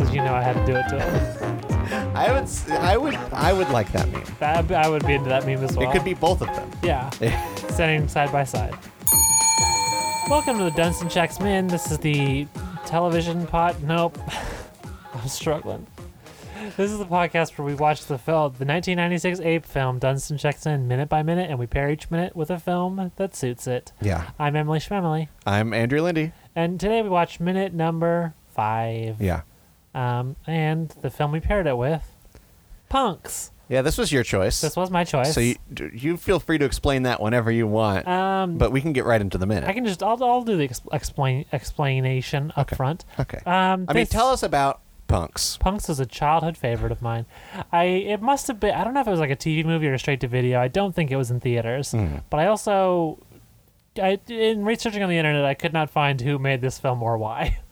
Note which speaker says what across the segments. Speaker 1: I had to do it to him.
Speaker 2: I would, s- I would, I would like that meme.
Speaker 1: That, I would be into that meme as well.
Speaker 2: It could be both of them.
Speaker 1: Yeah. Standing side by side. Welcome to the Dunstan Checks Men. This is the television pot. Nope. I'm struggling. This is the podcast where we watch the film, the 1996 ape film Dunstan Checks In minute by minute, and we pair each minute with a film that suits it.
Speaker 2: yeah.
Speaker 1: I'm Emily Schmemily,
Speaker 2: I'm Andrew Lindy.
Speaker 1: and today we watch minute number five.
Speaker 2: Yeah.
Speaker 1: Um, and the film we paired it with, Punks.
Speaker 2: Yeah, this was your choice.
Speaker 1: This was my choice.
Speaker 2: so you, d- you feel free to explain that whenever you want,
Speaker 1: um,
Speaker 2: but we can get right into the minute.
Speaker 1: I can just I'll, I'll do the ex- explain explanation up
Speaker 2: Okay.
Speaker 1: front.
Speaker 2: okay.
Speaker 1: Um,
Speaker 2: I mean,
Speaker 1: this-
Speaker 2: tell us about punks.
Speaker 1: Punks was a childhood favorite of mine. I it must have been I don't know if it was like a TV movie or straight to video. I don't think it was in theaters.
Speaker 2: Hmm.
Speaker 1: But I also I in researching on the internet I could not find who made this film or why.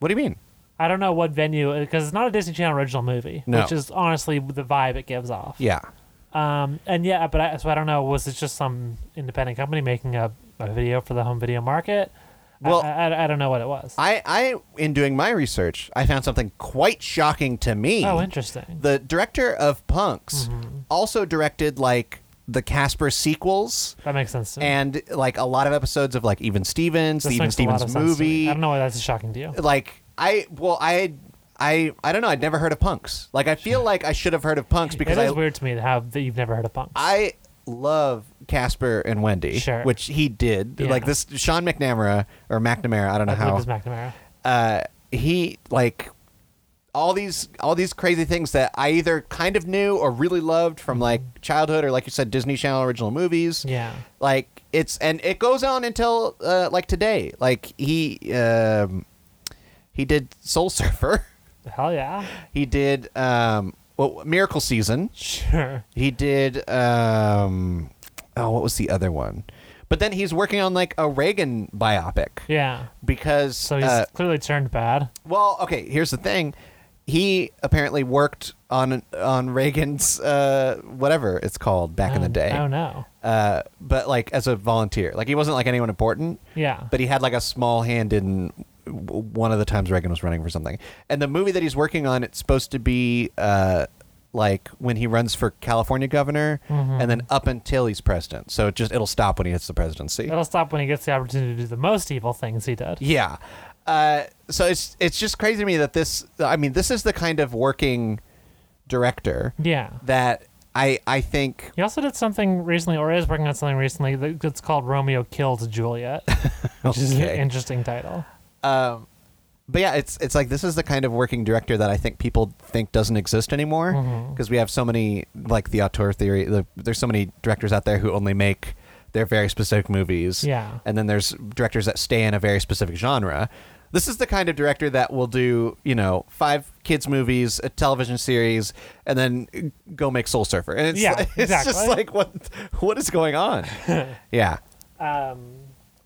Speaker 2: What do you mean?
Speaker 1: I don't know what venue because it's not a Disney Channel original movie,
Speaker 2: No.
Speaker 1: which is honestly the vibe it gives off.
Speaker 2: Yeah.
Speaker 1: Um, and yeah, but I, so I don't know. Was it just some independent company making a, a video for the home video market? I-
Speaker 2: Well-
Speaker 1: I, I, I don't know what it was.
Speaker 2: I, I, in doing my research, I found something quite shocking to me.
Speaker 1: oh, interesting. Mm-hmm.
Speaker 2: The director of Punks also directed like the Casper sequels
Speaker 1: that makes sense. To me.
Speaker 2: and like a lot of episodes of like Even Stevens,
Speaker 1: This
Speaker 2: the Even
Speaker 1: makes a lot of sense
Speaker 2: Stevens
Speaker 1: to me.
Speaker 2: movie.
Speaker 1: I don't know why that's shocking to you.
Speaker 2: like I well I I I don't know. I'd never heard of punks. Like I feel like I should have heard of punks
Speaker 1: It
Speaker 2: because
Speaker 1: is
Speaker 2: I
Speaker 1: weird to me to have that you've never heard of punks.
Speaker 2: I love Casper and Wendy,
Speaker 1: Sure.
Speaker 2: which he did.
Speaker 1: Yeah.
Speaker 2: Like this Sean McNamara or McNamara, I don't know
Speaker 1: I believe
Speaker 2: how.
Speaker 1: it's McNamara.
Speaker 2: uh, he like all these all these crazy things that I either kind of knew or really loved from like childhood or like you said Disney Channel original movies.
Speaker 1: Mm-hmm. Yeah.
Speaker 2: Like it's and it goes on until uh, like today. Like he um, he did Soul Surfer.
Speaker 1: Hell yeah.
Speaker 2: He did um, well, Miracle Season.
Speaker 1: Sure.
Speaker 2: He did um, oh, what was the other one? But then he's working on like a Reagan biopic
Speaker 1: Yeah.
Speaker 2: because
Speaker 1: So he's
Speaker 2: uh,
Speaker 1: clearly turned bad.
Speaker 2: well, okay. Here's the thing. He apparently worked on on Reagan's uh, whatever it's called back in the
Speaker 1: Um,
Speaker 2: day,
Speaker 1: Oh no.
Speaker 2: uh, but like as a volunteer. Like he wasn't like anyone important,
Speaker 1: Yeah.
Speaker 2: but he had like a small hand in w- one of the times Reagan was running for something. And the movie that he's working on, it's supposed to be uh, like when he runs for California governor,
Speaker 1: Mm-hmm.
Speaker 2: and then up until he's president. So it just it'll stop when he hits the presidency.
Speaker 1: It'll stop when he gets the opportunity to do the most evil things he did.
Speaker 2: Yeah. Uh, so it's it's just crazy to me that this. I mean, this is the kind of working director
Speaker 1: Yeah.
Speaker 2: that I I think.
Speaker 1: He also did something recently, or is working on something recently that- that's called Romeo Kills Juliet, which is an
Speaker 2: Okay.
Speaker 1: interesting title.
Speaker 2: Um, but yeah, it's it's like this is the kind of working director that I think people think doesn't exist anymore
Speaker 1: Mm-hmm.
Speaker 2: because we have so many like the auteur theory. The, there's so many directors out there who only make their very specific movies.
Speaker 1: Yeah.
Speaker 2: and then there's directors that stay in a very specific genre. This is the kind of director that will do, you know, five kids movies, a television series, and then go make Soul Surfer. And it's,
Speaker 1: Yeah,
Speaker 2: it's
Speaker 1: exactly.
Speaker 2: just like what what is going on? yeah.
Speaker 1: Um,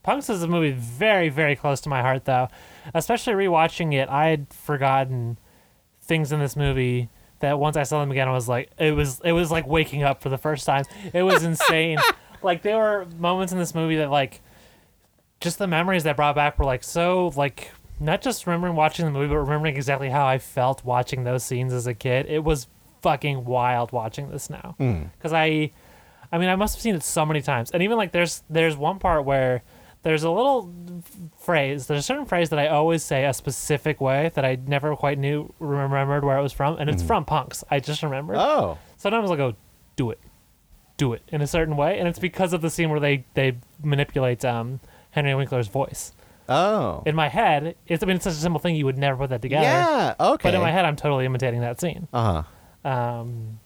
Speaker 1: Punks is a movie very, very close to my heart, though. Especially rewatching it, I had forgotten things in this movie that once I saw them again, I was like, it was, it was like waking up for the first time. It was insane. like there were moments in this movie that like, just the memories that brought back were like so like not just remembering watching the movie, but remembering exactly how I felt watching those scenes as a kid. It was fucking wild watching this now because I. I mean, I must have seen it so many times. And even like there's there's one part where there's a little phrase. There's a certain phrase that I always say a specific way that I never quite knew remembered where it was from, and it's from Punks. I just remembered.
Speaker 2: Oh.
Speaker 1: Sometimes I'll go, do it, do it in a certain way, and it's because of the scene where they they manipulate um, Henry Winkler's voice.
Speaker 2: Oh.
Speaker 1: In my head, it's I mean it's such a simple thing you would never put that together.
Speaker 2: yeah. Okay.
Speaker 1: But in my head, I'm totally imitating that scene
Speaker 2: Uh huh.
Speaker 1: um,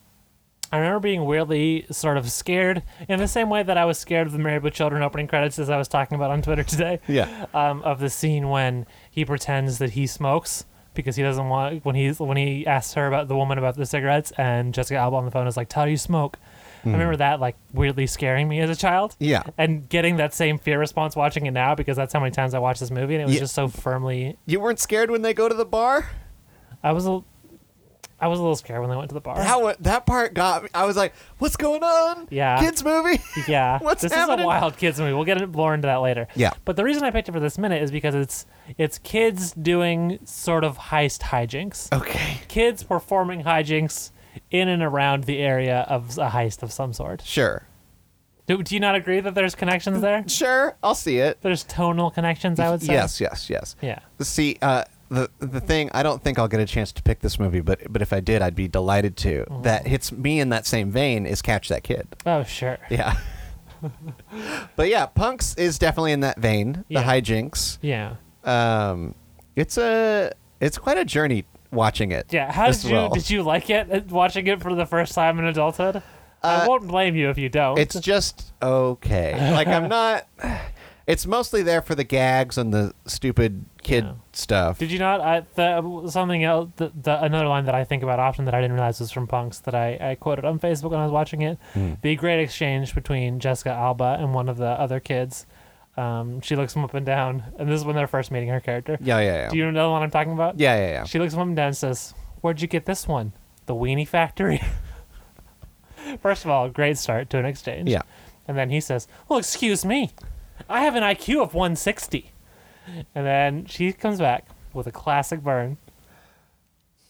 Speaker 1: I remember being weirdly sort of scared in the same way that I was scared of the Married with Children opening credits, as I was talking about on Twitter today.
Speaker 2: Yeah.
Speaker 1: Um, of the scene when he pretends that he smokes because he doesn't want when he's when he asks her about the woman about the cigarettes and Jessica Alba on the phone is like, "Tell you smoke." I remember that like weirdly scaring me as a child.
Speaker 2: Hmm. Yeah.
Speaker 1: And getting that same fear response watching it now because that's how many times I watched this movie and it was
Speaker 2: Yeah.
Speaker 1: just so firmly.
Speaker 2: You weren't scared when they go to the bar?
Speaker 1: I was a. I was a little scared when they went to the bar.
Speaker 2: That wa- that part got me. I was like, "What's going on?
Speaker 1: Yeah.
Speaker 2: kids movie."
Speaker 1: yeah,
Speaker 2: What's
Speaker 1: this is
Speaker 2: happening?
Speaker 1: a wild kids movie. We'll get more into that later.
Speaker 2: Yeah.
Speaker 1: but the reason I picked it for this minute is because it's it's kids doing sort of heist hijinks.
Speaker 2: okay,
Speaker 1: Kids performing hijinks in and around the area of a heist of some sort.
Speaker 2: sure,
Speaker 1: Do, do you not agree that there's connections there?
Speaker 2: sure, I'll see it.
Speaker 1: There's tonal connections, I would say.
Speaker 2: Yes, yes, yes.
Speaker 1: Yeah.
Speaker 2: See, uh, the the thing I don't think I'll get a chance to pick this movie, but but if I did, I'd be delighted to.
Speaker 1: Mm-hmm.
Speaker 2: That hits me in that same vein is Catch That Kid.
Speaker 1: Oh, sure.
Speaker 2: Yeah. but yeah, Punks is definitely in that vein. The
Speaker 1: Yeah.
Speaker 2: hijinks.
Speaker 1: Yeah.
Speaker 2: Um, it's a it's quite a journey watching it.
Speaker 1: Yeah. How
Speaker 2: as
Speaker 1: did you
Speaker 2: well.
Speaker 1: did you like it uh, watching it for the first time in adulthood? I won't blame you if you don't.
Speaker 2: Uh, It's just okay. Like I'm not. It's mostly there for the gags and the stupid kid
Speaker 1: Yeah.
Speaker 2: stuff.
Speaker 1: Did you not? I, the, something else, the, the, another line that I think about often that I didn't realize was from Punks that I, I quoted on Facebook when I was watching it.
Speaker 2: Hmm.
Speaker 1: The great exchange between Jessica Alba and one of the other kids. Um, she looks him up and down, and this is when they're first meeting her character.
Speaker 2: yeah, yeah, yeah.
Speaker 1: Do you know the one I'm talking about?
Speaker 2: yeah, yeah, yeah.
Speaker 1: She looks him up and down and says, Where'd you get this one? The Weenie Factory? First of all, great start to an exchange.
Speaker 2: Yeah.
Speaker 1: And then he says, Well, excuse me. I have an IQ of 160. And then she comes back with a classic burn.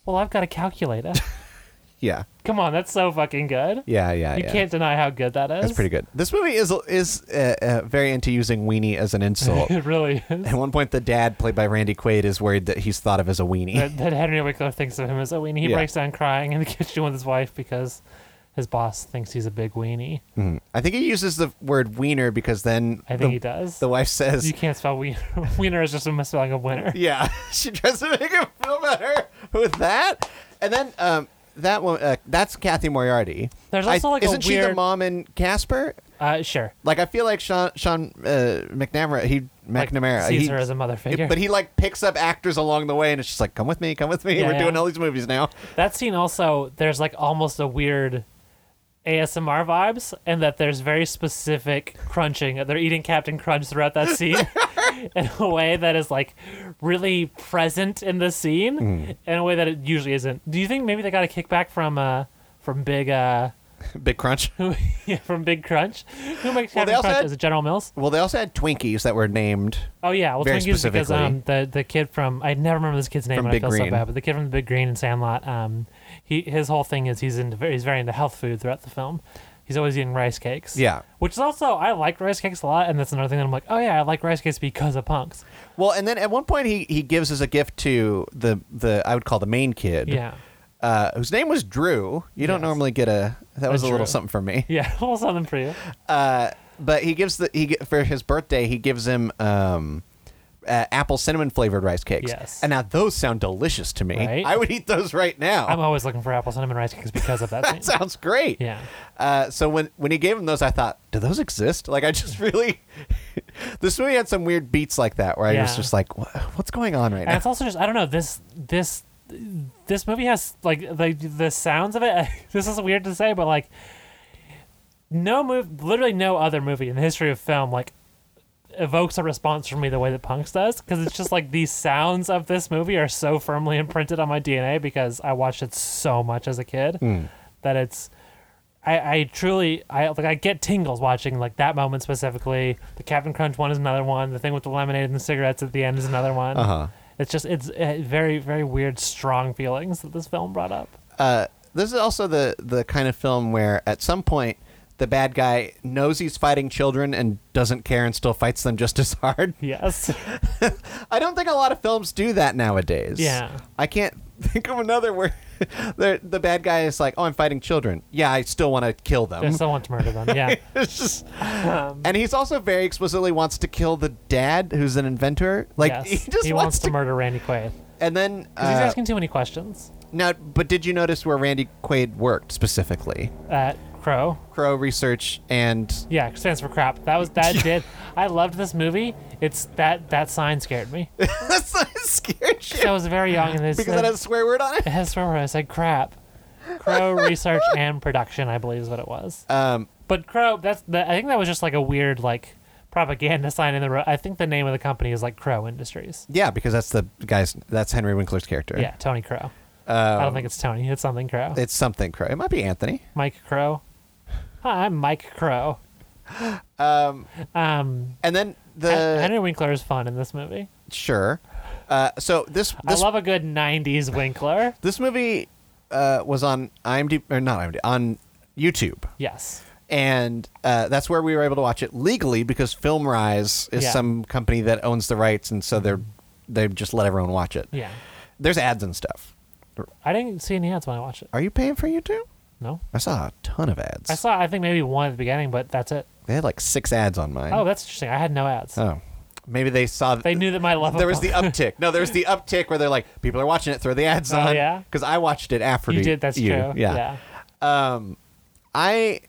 Speaker 1: Well, I've got a calculator.
Speaker 2: yeah,
Speaker 1: Come on, that's so fucking good.
Speaker 2: yeah, yeah.
Speaker 1: You
Speaker 2: yeah.
Speaker 1: can't deny how good that is.
Speaker 2: That's pretty good. This movie is is uh, uh, very into using weenie as an insult.
Speaker 1: It really is.
Speaker 2: At one point, the dad, played by Randy Quaid, is worried that he's thought of as a weenie.
Speaker 1: that, that Henry Winkler thinks of him as a weenie. He
Speaker 2: Yeah.
Speaker 1: breaks down crying in the kitchen with his wife because his boss thinks he's a big weenie.
Speaker 2: Mhm. I think he uses the word wiener because then
Speaker 1: I think
Speaker 2: the,
Speaker 1: he does.
Speaker 2: the wife says,
Speaker 1: You can't spell wiener. wiener is just a misspelling of winner.
Speaker 2: Yeah, she tries to make him feel better with that, and then um, that one uh, that's Kathy Moriarty.
Speaker 1: There's also, like, a
Speaker 2: isn't she the
Speaker 1: weird-
Speaker 2: mom in Casper?
Speaker 1: Uh, sure.
Speaker 2: Like I feel like Sean Sean uh, McNamara he
Speaker 1: Like,
Speaker 2: McNamara
Speaker 1: sees
Speaker 2: he,
Speaker 1: her as a mother figure.
Speaker 2: but he like picks up actors along the way, and it's just like come with me, come with me.
Speaker 1: Yeah,
Speaker 2: We're
Speaker 1: yeah.
Speaker 2: doing all these movies now.
Speaker 1: that scene also, there's like almost a weird ASMR vibes, and that there's very specific crunching. They're eating Captain Crunch throughout that scene in a way that is like really present in the scene, in a way that it usually isn't. Do you think maybe they got a kickback from uh from Big uh
Speaker 2: Big Crunch.
Speaker 1: yeah, from Big Crunch? Who makes
Speaker 2: Well, they
Speaker 1: Captain
Speaker 2: also
Speaker 1: Crunch?
Speaker 2: had-
Speaker 1: Is it General Mills?
Speaker 2: Well, they also had Twinkies that were named.
Speaker 1: Oh yeah, well,
Speaker 2: Very
Speaker 1: Twinkies because
Speaker 2: specifically.
Speaker 1: um, the the kid from I never remember this kid's name
Speaker 2: From
Speaker 1: and I
Speaker 2: Big
Speaker 1: feel
Speaker 2: Green.
Speaker 1: so bad, but the kid from the Big Green and Sandlot, um, he his whole thing is he's into he's very into health food throughout the film. He's always eating rice cakes.
Speaker 2: Yeah.
Speaker 1: which is also I like rice cakes a lot, and that's another thing that I'm like, oh yeah, I like rice cakes because of punks.
Speaker 2: Well, and then at one point he he gives as a gift to the the I would call the main kid.
Speaker 1: Yeah,
Speaker 2: uh, whose name was Drew. You don't
Speaker 1: Yes.
Speaker 2: normally get a that was a
Speaker 1: Drew.
Speaker 2: little something for me.
Speaker 1: yeah, a little something for you.
Speaker 2: Uh, but he gives the he ge- for his birthday he gives him um, uh, apple cinnamon flavored rice cakes.
Speaker 1: Yes.
Speaker 2: and now those sound delicious to me.
Speaker 1: Right?
Speaker 2: I would eat those right now.
Speaker 1: I'm always looking for apple cinnamon rice cakes because of that scene.
Speaker 2: that sounds great.
Speaker 1: Yeah.
Speaker 2: Uh, so when when he gave him those, I thought, do those exist? Like I just really, this movie had some weird beats like that where I was
Speaker 1: Yeah.
Speaker 2: just like, "Wha- what's going on right
Speaker 1: And
Speaker 2: now?
Speaker 1: it's also just I don't know this this this movie has like like the sounds of it. this is weird to say, but like no move, literally no other movie in the history of film like evokes a response from me the way that Punks does because it's just like these sounds of this movie are so firmly imprinted on my DNA because I watched it so much as a kid
Speaker 2: Hmm.
Speaker 1: that it's. I, I truly I like I get tingles watching like that moment specifically. The Captain Crunch one is another one. The thing with the lemonade and the cigarettes at the end is another one.
Speaker 2: Uh-huh.
Speaker 1: It's just it's uh, very very weird strong feelings that this film brought up.
Speaker 2: uh, this is also the the kind of film where at some point the bad guy knows he's fighting children and doesn't care and still fights them just as hard.
Speaker 1: Yes.
Speaker 2: I don't think a lot of films do that nowadays.
Speaker 1: Yeah.
Speaker 2: I can't think of another where the the bad guy is like, "Oh, I'm fighting children. Yeah, I still want to kill
Speaker 1: I
Speaker 2: them."
Speaker 1: still want to murder them. Yeah.
Speaker 2: It's just-
Speaker 1: Um,
Speaker 2: and he's also very explicitly wants to kill the dad who's an inventor. Like
Speaker 1: yes.
Speaker 2: he just
Speaker 1: wants,
Speaker 2: wants,
Speaker 1: to, murder Randy Quaid
Speaker 2: And then uh,
Speaker 1: 'Cause he's asking too many questions.
Speaker 2: now, but did you notice where Randy Quaid worked specifically?
Speaker 1: At Crow.
Speaker 2: Crow Research and
Speaker 1: Yeah, stands for crap. That was that did. I loved this movie. It's that that sign scared me.
Speaker 2: That's not scared shit.
Speaker 1: I was very young and this
Speaker 2: Because that has a swear word on
Speaker 1: it
Speaker 2: it.
Speaker 1: has where I said crap. Crow research and production, I believe, is what it was.
Speaker 2: Um,
Speaker 1: But Crow, that's the, I think that was just like a weird like propaganda sign in the road. I think the name of the company is like Crow Industries.
Speaker 2: yeah, because that's the guy's. That's Henry Winkler's character.
Speaker 1: Yeah, Tony Crow. I
Speaker 2: Um,
Speaker 1: don't think it's Tony. It's something Crow.
Speaker 2: It's something Crow. It might be Anthony.
Speaker 1: Mike Crow. Hi, I'm Mike Crow. Um, um,
Speaker 2: And then the
Speaker 1: Henry Winkler is fun in this movie.
Speaker 2: sure. Uh, so this this
Speaker 1: I love a good '90s Winkler.
Speaker 2: this movie uh, was on IMDb or not IMDb on YouTube,
Speaker 1: Yes.
Speaker 2: and uh, that's where we were able to watch it legally because FilmRise is
Speaker 1: Yeah.
Speaker 2: some company that owns the rights, and so they're they just let everyone watch it.
Speaker 1: Yeah.
Speaker 2: There's ads and stuff.
Speaker 1: I didn't see any ads when I watched it.
Speaker 2: Are you paying for YouTube?
Speaker 1: No.
Speaker 2: I saw a ton of ads.
Speaker 1: I saw. I think maybe one at the beginning, but that's it.
Speaker 2: they had like six ads on mine.
Speaker 1: Oh, that's interesting. I had no ads.
Speaker 2: Oh. maybe they saw.
Speaker 1: They knew that my love.
Speaker 2: there
Speaker 1: of
Speaker 2: was the uptick. No, there was the uptick where they're like, people are watching it, throw the ads
Speaker 1: Oh,
Speaker 2: on.
Speaker 1: yeah?
Speaker 2: Because I watched it after
Speaker 1: you did. That's
Speaker 2: you.
Speaker 1: true.
Speaker 2: Yeah. Um,
Speaker 1: yeah.
Speaker 2: I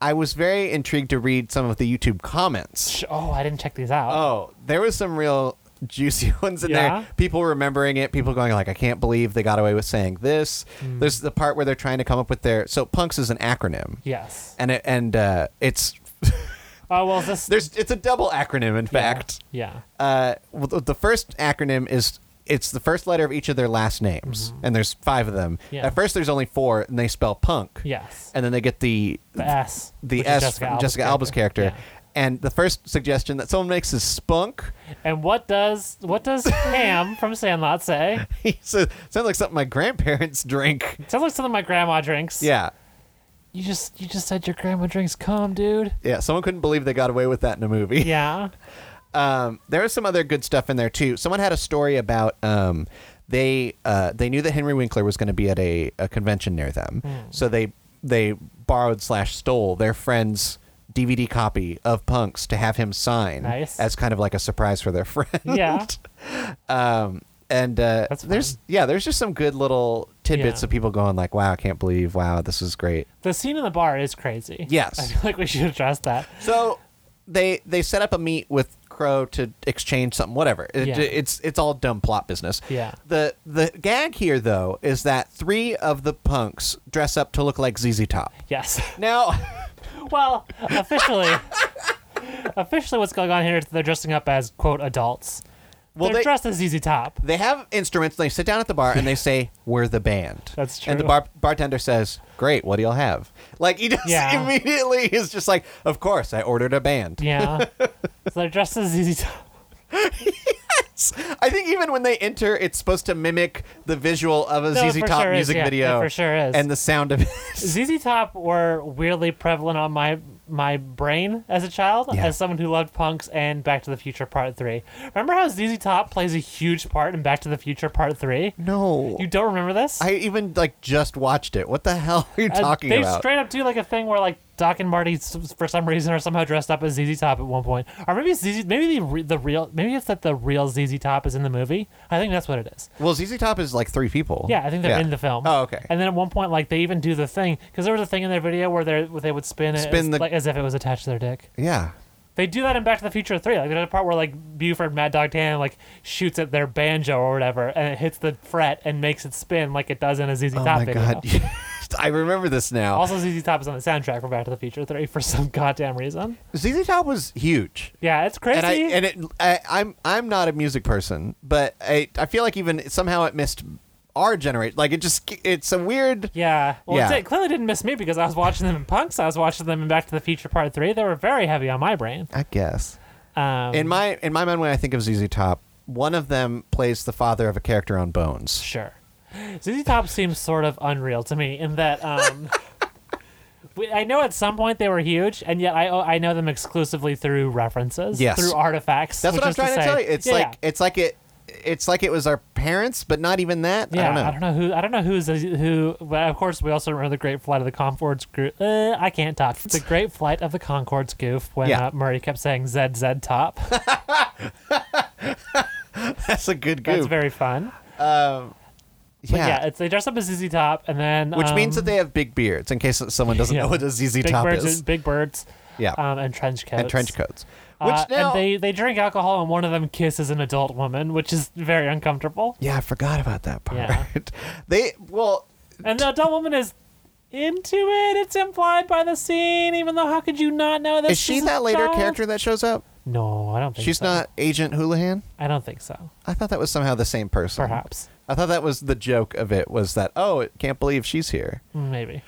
Speaker 2: I was very intrigued to read some of the YouTube comments.
Speaker 1: Sh- Oh, I didn't check these out.
Speaker 2: Oh, there was some real juicy ones in
Speaker 1: Yeah?
Speaker 2: there. People remembering it. People going like, I can't believe they got away with saying this.
Speaker 1: Hmm.
Speaker 2: There's the part where they're trying to come up with their. So punks is an acronym,
Speaker 1: Yes.
Speaker 2: and it, and uh, it's
Speaker 1: Oh well, is this.
Speaker 2: there's it's a double acronym in fact.
Speaker 1: Yeah.
Speaker 2: uh, well, th- the first acronym is it's the first letter of each of their last names, and there's five of them.
Speaker 1: Mm-hmm. Yeah.
Speaker 2: At first, there's only four, and they spell punk.
Speaker 1: Yes.
Speaker 2: And then they get the
Speaker 1: The S.
Speaker 2: the
Speaker 1: which is
Speaker 2: S from Jessica Alba's character.
Speaker 1: Yeah.
Speaker 2: And the first suggestion that someone makes is spunk.
Speaker 1: And what does what does Ham from Sandlot say?
Speaker 2: He says, sounds like something my grandparents drink.
Speaker 1: Sounds like something my grandma drinks.
Speaker 2: Yeah.
Speaker 1: You just you just said your grandma drinks cum, dude.
Speaker 2: Yeah. Someone couldn't believe they got away with that in a movie.
Speaker 1: Yeah.
Speaker 2: Um, there was some other good stuff in there too. Someone had a story about um, they uh, they knew that Henry Winkler was going to be at a, a convention near them,
Speaker 1: Hmm.
Speaker 2: so they they borrowed slash stole their friend's DVD copy of Punks to have him sign
Speaker 1: Nice.
Speaker 2: as kind of like a surprise for their friend.
Speaker 1: Yeah.
Speaker 2: um, and uh,
Speaker 1: That's
Speaker 2: there's
Speaker 1: fun.
Speaker 2: yeah, there's just some good little tidbits
Speaker 1: Yeah.
Speaker 2: of people going like, "Wow, I can't believe! Wow, this is great."
Speaker 1: The scene in the bar is crazy.
Speaker 2: Yes.
Speaker 1: I feel like we should address that.
Speaker 2: So they they set up a meet with Crow to exchange something, whatever. It,
Speaker 1: Yeah.
Speaker 2: It's it's all dumb plot business.
Speaker 1: Yeah.
Speaker 2: The the gag here though is that three of the punks dress up to look like ZZ Top.
Speaker 1: Yes.
Speaker 2: Now,
Speaker 1: Well, officially officially what's going on here is they're dressing up as quote adults.
Speaker 2: Well,
Speaker 1: they're
Speaker 2: they-
Speaker 1: dressed as Easy Top.
Speaker 2: they have instruments. They sit down at the bar and they say, "We're the band."
Speaker 1: That's
Speaker 2: And the
Speaker 1: true.
Speaker 2: bar- bartender says, "Great, what do y'all have?" Like he just
Speaker 1: Yeah.
Speaker 2: immediately is just like, "Of course, I ordered a band."
Speaker 1: Yeah. so they're dressed as Easy Top.
Speaker 2: I think even when they enter, it's supposed to mimic the visual of a
Speaker 1: No, it
Speaker 2: ZZ
Speaker 1: for
Speaker 2: Top
Speaker 1: sure is,
Speaker 2: music
Speaker 1: yeah, it
Speaker 2: video.
Speaker 1: for sure is.
Speaker 2: And the sound of it.
Speaker 1: ZZ Top were weirdly prevalent on my my brain as a child,
Speaker 2: Yeah.
Speaker 1: as someone who loved punks and Back to the Future Part Three. Remember how ZZ Top plays a huge part in Back to the Future Part Three?
Speaker 2: No.
Speaker 1: You don't remember this?
Speaker 2: I even like just watched it. What the hell are you
Speaker 1: Uh,
Speaker 2: talking
Speaker 1: they
Speaker 2: about?
Speaker 1: straight up do like a thing where like Doc and Marty s- for some reason are somehow dressed up as ZZ Top at one point, or maybe it's ZZ, maybe the re- the real maybe it's that the real ZZ Top is in the movie. I think that's what it is.
Speaker 2: well, ZZ Top is like three people.
Speaker 1: Yeah, I think they're in the film.
Speaker 2: Oh, okay.
Speaker 1: And then at one point, like they even do the thing because there was a thing in their video where they where they would spin it
Speaker 2: Spin
Speaker 1: as,
Speaker 2: the-
Speaker 1: like, as if it was attached to their dick.
Speaker 2: yeah.
Speaker 1: They do that in Back to the Future Three. Like there's a part where like Buford Mad Dog Tan like shoots at their banjo or whatever, and it hits the fret and makes it spin like it does in a ZZ
Speaker 2: Oh
Speaker 1: Top
Speaker 2: my
Speaker 1: video.
Speaker 2: god. I remember this now.
Speaker 1: Also, ZZ Top is on the soundtrack for Back to the Future Three for some goddamn reason.
Speaker 2: ZZ Top was huge.
Speaker 1: Yeah, it's crazy.
Speaker 2: And I and it I, I'm I'm not a music person, but I I feel like even somehow it missed our generation. Like it just it's a weird
Speaker 1: yeah, well,
Speaker 2: Yeah.
Speaker 1: It clearly didn't miss me because I was watching them in Punks. I was watching them in Back to the Future Part Three. They were very heavy on my brain.
Speaker 2: I guess.
Speaker 1: Um,
Speaker 2: In my in my mind when I think of ZZ Top, one of them plays the father of a character on Bones.
Speaker 1: Sure. ZZ Top seems sort of unreal to me in that um, we- I know at some point they were huge, and yet I I know them exclusively through references,
Speaker 2: Yes.
Speaker 1: through artifacts.
Speaker 2: That's
Speaker 1: which
Speaker 2: what I'm
Speaker 1: is
Speaker 2: trying to,
Speaker 1: say-
Speaker 2: tell you. It's
Speaker 1: Yeah,
Speaker 2: like
Speaker 1: yeah.
Speaker 2: it's like it it's like it was our parents, but not even that.
Speaker 1: Yeah,
Speaker 2: I don't know.
Speaker 1: who I don't know who's who. But of course, we also remember the Great Flight of the Concords. Gro- uh, I can't talk. The Great Flight of the Concords goof when
Speaker 2: Yeah.
Speaker 1: uh, Murray kept saying ZZ Top.
Speaker 2: That's a good goof.
Speaker 1: That's very fun. But
Speaker 2: yeah.
Speaker 1: yeah, it's, they dress up as ZZ Top, and then
Speaker 2: Which means
Speaker 1: um,
Speaker 2: that they have big beards, in case someone doesn't
Speaker 1: yeah,
Speaker 2: know what a ZZ
Speaker 1: big
Speaker 2: Top
Speaker 1: birds,
Speaker 2: is.
Speaker 1: big birds,
Speaker 2: yeah.
Speaker 1: um, and trench coats
Speaker 2: and trench coats. Which
Speaker 1: Uh,
Speaker 2: now,
Speaker 1: and they they drink alcohol and one of them kisses an adult woman, which is very uncomfortable.
Speaker 2: yeah, I forgot about that part.
Speaker 1: Yeah.
Speaker 2: they well,
Speaker 1: And the adult woman is into it. It's implied by the scene, even though how could you not know this?
Speaker 2: is she
Speaker 1: a
Speaker 2: that later
Speaker 1: doll?
Speaker 2: character that shows up?
Speaker 1: No, I don't think
Speaker 2: She's
Speaker 1: so.
Speaker 2: not Agent Houlihan.
Speaker 1: I don't think so.
Speaker 2: I thought that was somehow the same person.
Speaker 1: Perhaps.
Speaker 2: I thought that was the joke of it was that oh, it can't believe she's here. Oh.
Speaker 1: Maybe.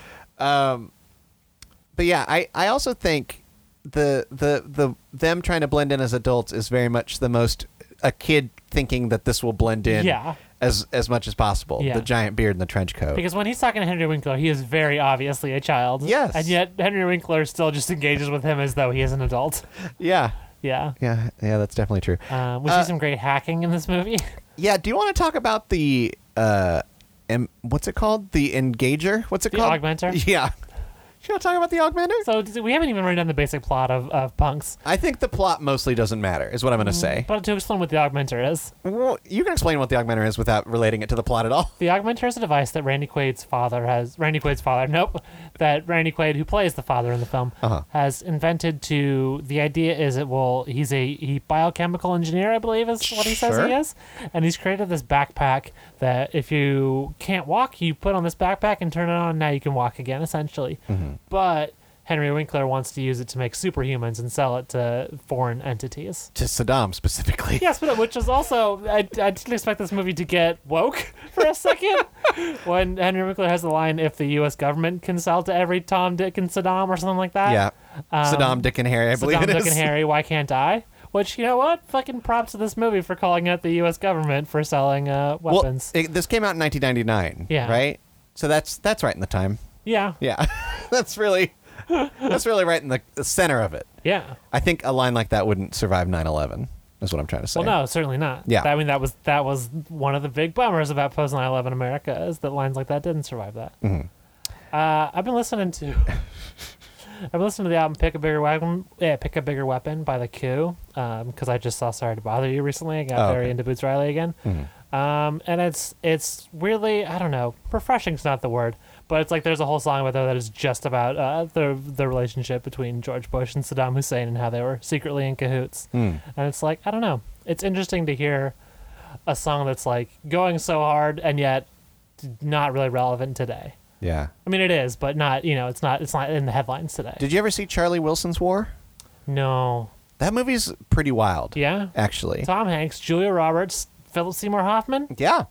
Speaker 2: But yeah, I, I also think the the the them trying to blend in as adults is very much the most a kid thinking that this will blend in
Speaker 1: Yeah.
Speaker 2: as as much as possible.
Speaker 1: Yeah.
Speaker 2: The giant beard and the trench coat.
Speaker 1: Because when he's talking to Henry Winkler, he is very obviously a child.
Speaker 2: Yes.
Speaker 1: And yet Henry Winkler still just engages with him as though he is an adult.
Speaker 2: yeah.
Speaker 1: Yeah.
Speaker 2: Yeah, yeah, that's definitely true.
Speaker 1: Um, we see
Speaker 2: Uh,
Speaker 1: some great hacking in this movie.
Speaker 2: Yeah, do you want to talk about the uh em- what's it called? The engager? What's it
Speaker 1: The
Speaker 2: called?
Speaker 1: augmenter?
Speaker 2: Yeah. You want to talk about the augmenter?
Speaker 1: so d- we haven't even run down the basic plot of, of Punks.
Speaker 2: I think the plot mostly doesn't matter, is what I'm going to
Speaker 1: Mm,
Speaker 2: say.
Speaker 1: But to explain what the augmenter is,
Speaker 2: Well, you can explain what the augmenter is without relating it to the plot at all.
Speaker 1: the augmenter is a device that Randy Quaid's father has. Randy Quaid's father, nope, that Randy Quaid, who plays the father in the film,
Speaker 2: Uh-huh.
Speaker 1: has invented. To the idea is it will. He's a he biochemical engineer, I believe, is what he says
Speaker 2: Sure.
Speaker 1: he is, and he's created this backpack that if you can't walk, you put on this backpack and turn it on. and Now you can walk again, essentially.
Speaker 2: Mm-hmm.
Speaker 1: But Henry Winkler wants to use it to make superhumans and sell it to foreign entities.
Speaker 2: To Saddam specifically.
Speaker 1: Yes, but which is also I, I didn't expect this movie to get woke for a second. when Henry Winkler has the line, "If the U.S. government can sell to every Tom, Dick, and Saddam or something like that."
Speaker 2: Yeah.
Speaker 1: Um,
Speaker 2: Saddam, Dick, and Harry, I believe
Speaker 1: Saddam,
Speaker 2: it is.
Speaker 1: Dick, and Harry. Why can't I? Which you know what? Fucking props to this movie for calling out the U.S. government for selling uh,
Speaker 2: Well,
Speaker 1: weapons.
Speaker 2: it, this came out in 1999.
Speaker 1: Yeah.
Speaker 2: Right? So that's that's right in the time.
Speaker 1: yeah,
Speaker 2: Yeah. that's really that's really right in the, the center of it.
Speaker 1: yeah.
Speaker 2: I think a line like that wouldn't survive 9/11. Is what I'm trying to say.
Speaker 1: Well, no, certainly not.
Speaker 2: Yeah.
Speaker 1: I mean that was that was one of the big bummers about post 9/11 America is that lines like that didn't survive that.
Speaker 2: Mm-hmm.
Speaker 1: Uh, I've been listening to I've been listening to the album "Pick a Bigger Weapon" yeah, "Pick a Bigger Weapon" by the Coup because I just saw "Sorry to Bother You" recently. I got
Speaker 2: Oh,
Speaker 1: very
Speaker 2: okay. Hmm.
Speaker 1: into Boots Riley again, um, and it's it's really I don't know refreshing's not the word, but it's like there's a whole song about there that is just about uh, the the relationship between George Bush and Saddam Hussein and how they were secretly in cahoots.
Speaker 2: Hmm.
Speaker 1: And it's like I don't know, it's interesting to hear a song that's like going so hard and yet not really relevant today.
Speaker 2: Yeah.
Speaker 1: I mean, it is, but not you know, it's not it's not in the headlines today.
Speaker 2: Did you ever see Charlie Wilson's War?
Speaker 1: no,
Speaker 2: That movie's pretty wild.
Speaker 1: yeah,
Speaker 2: Actually.
Speaker 1: Tom Hanks, Julia Roberts, Philip Seymour Hoffman.
Speaker 2: Yeah.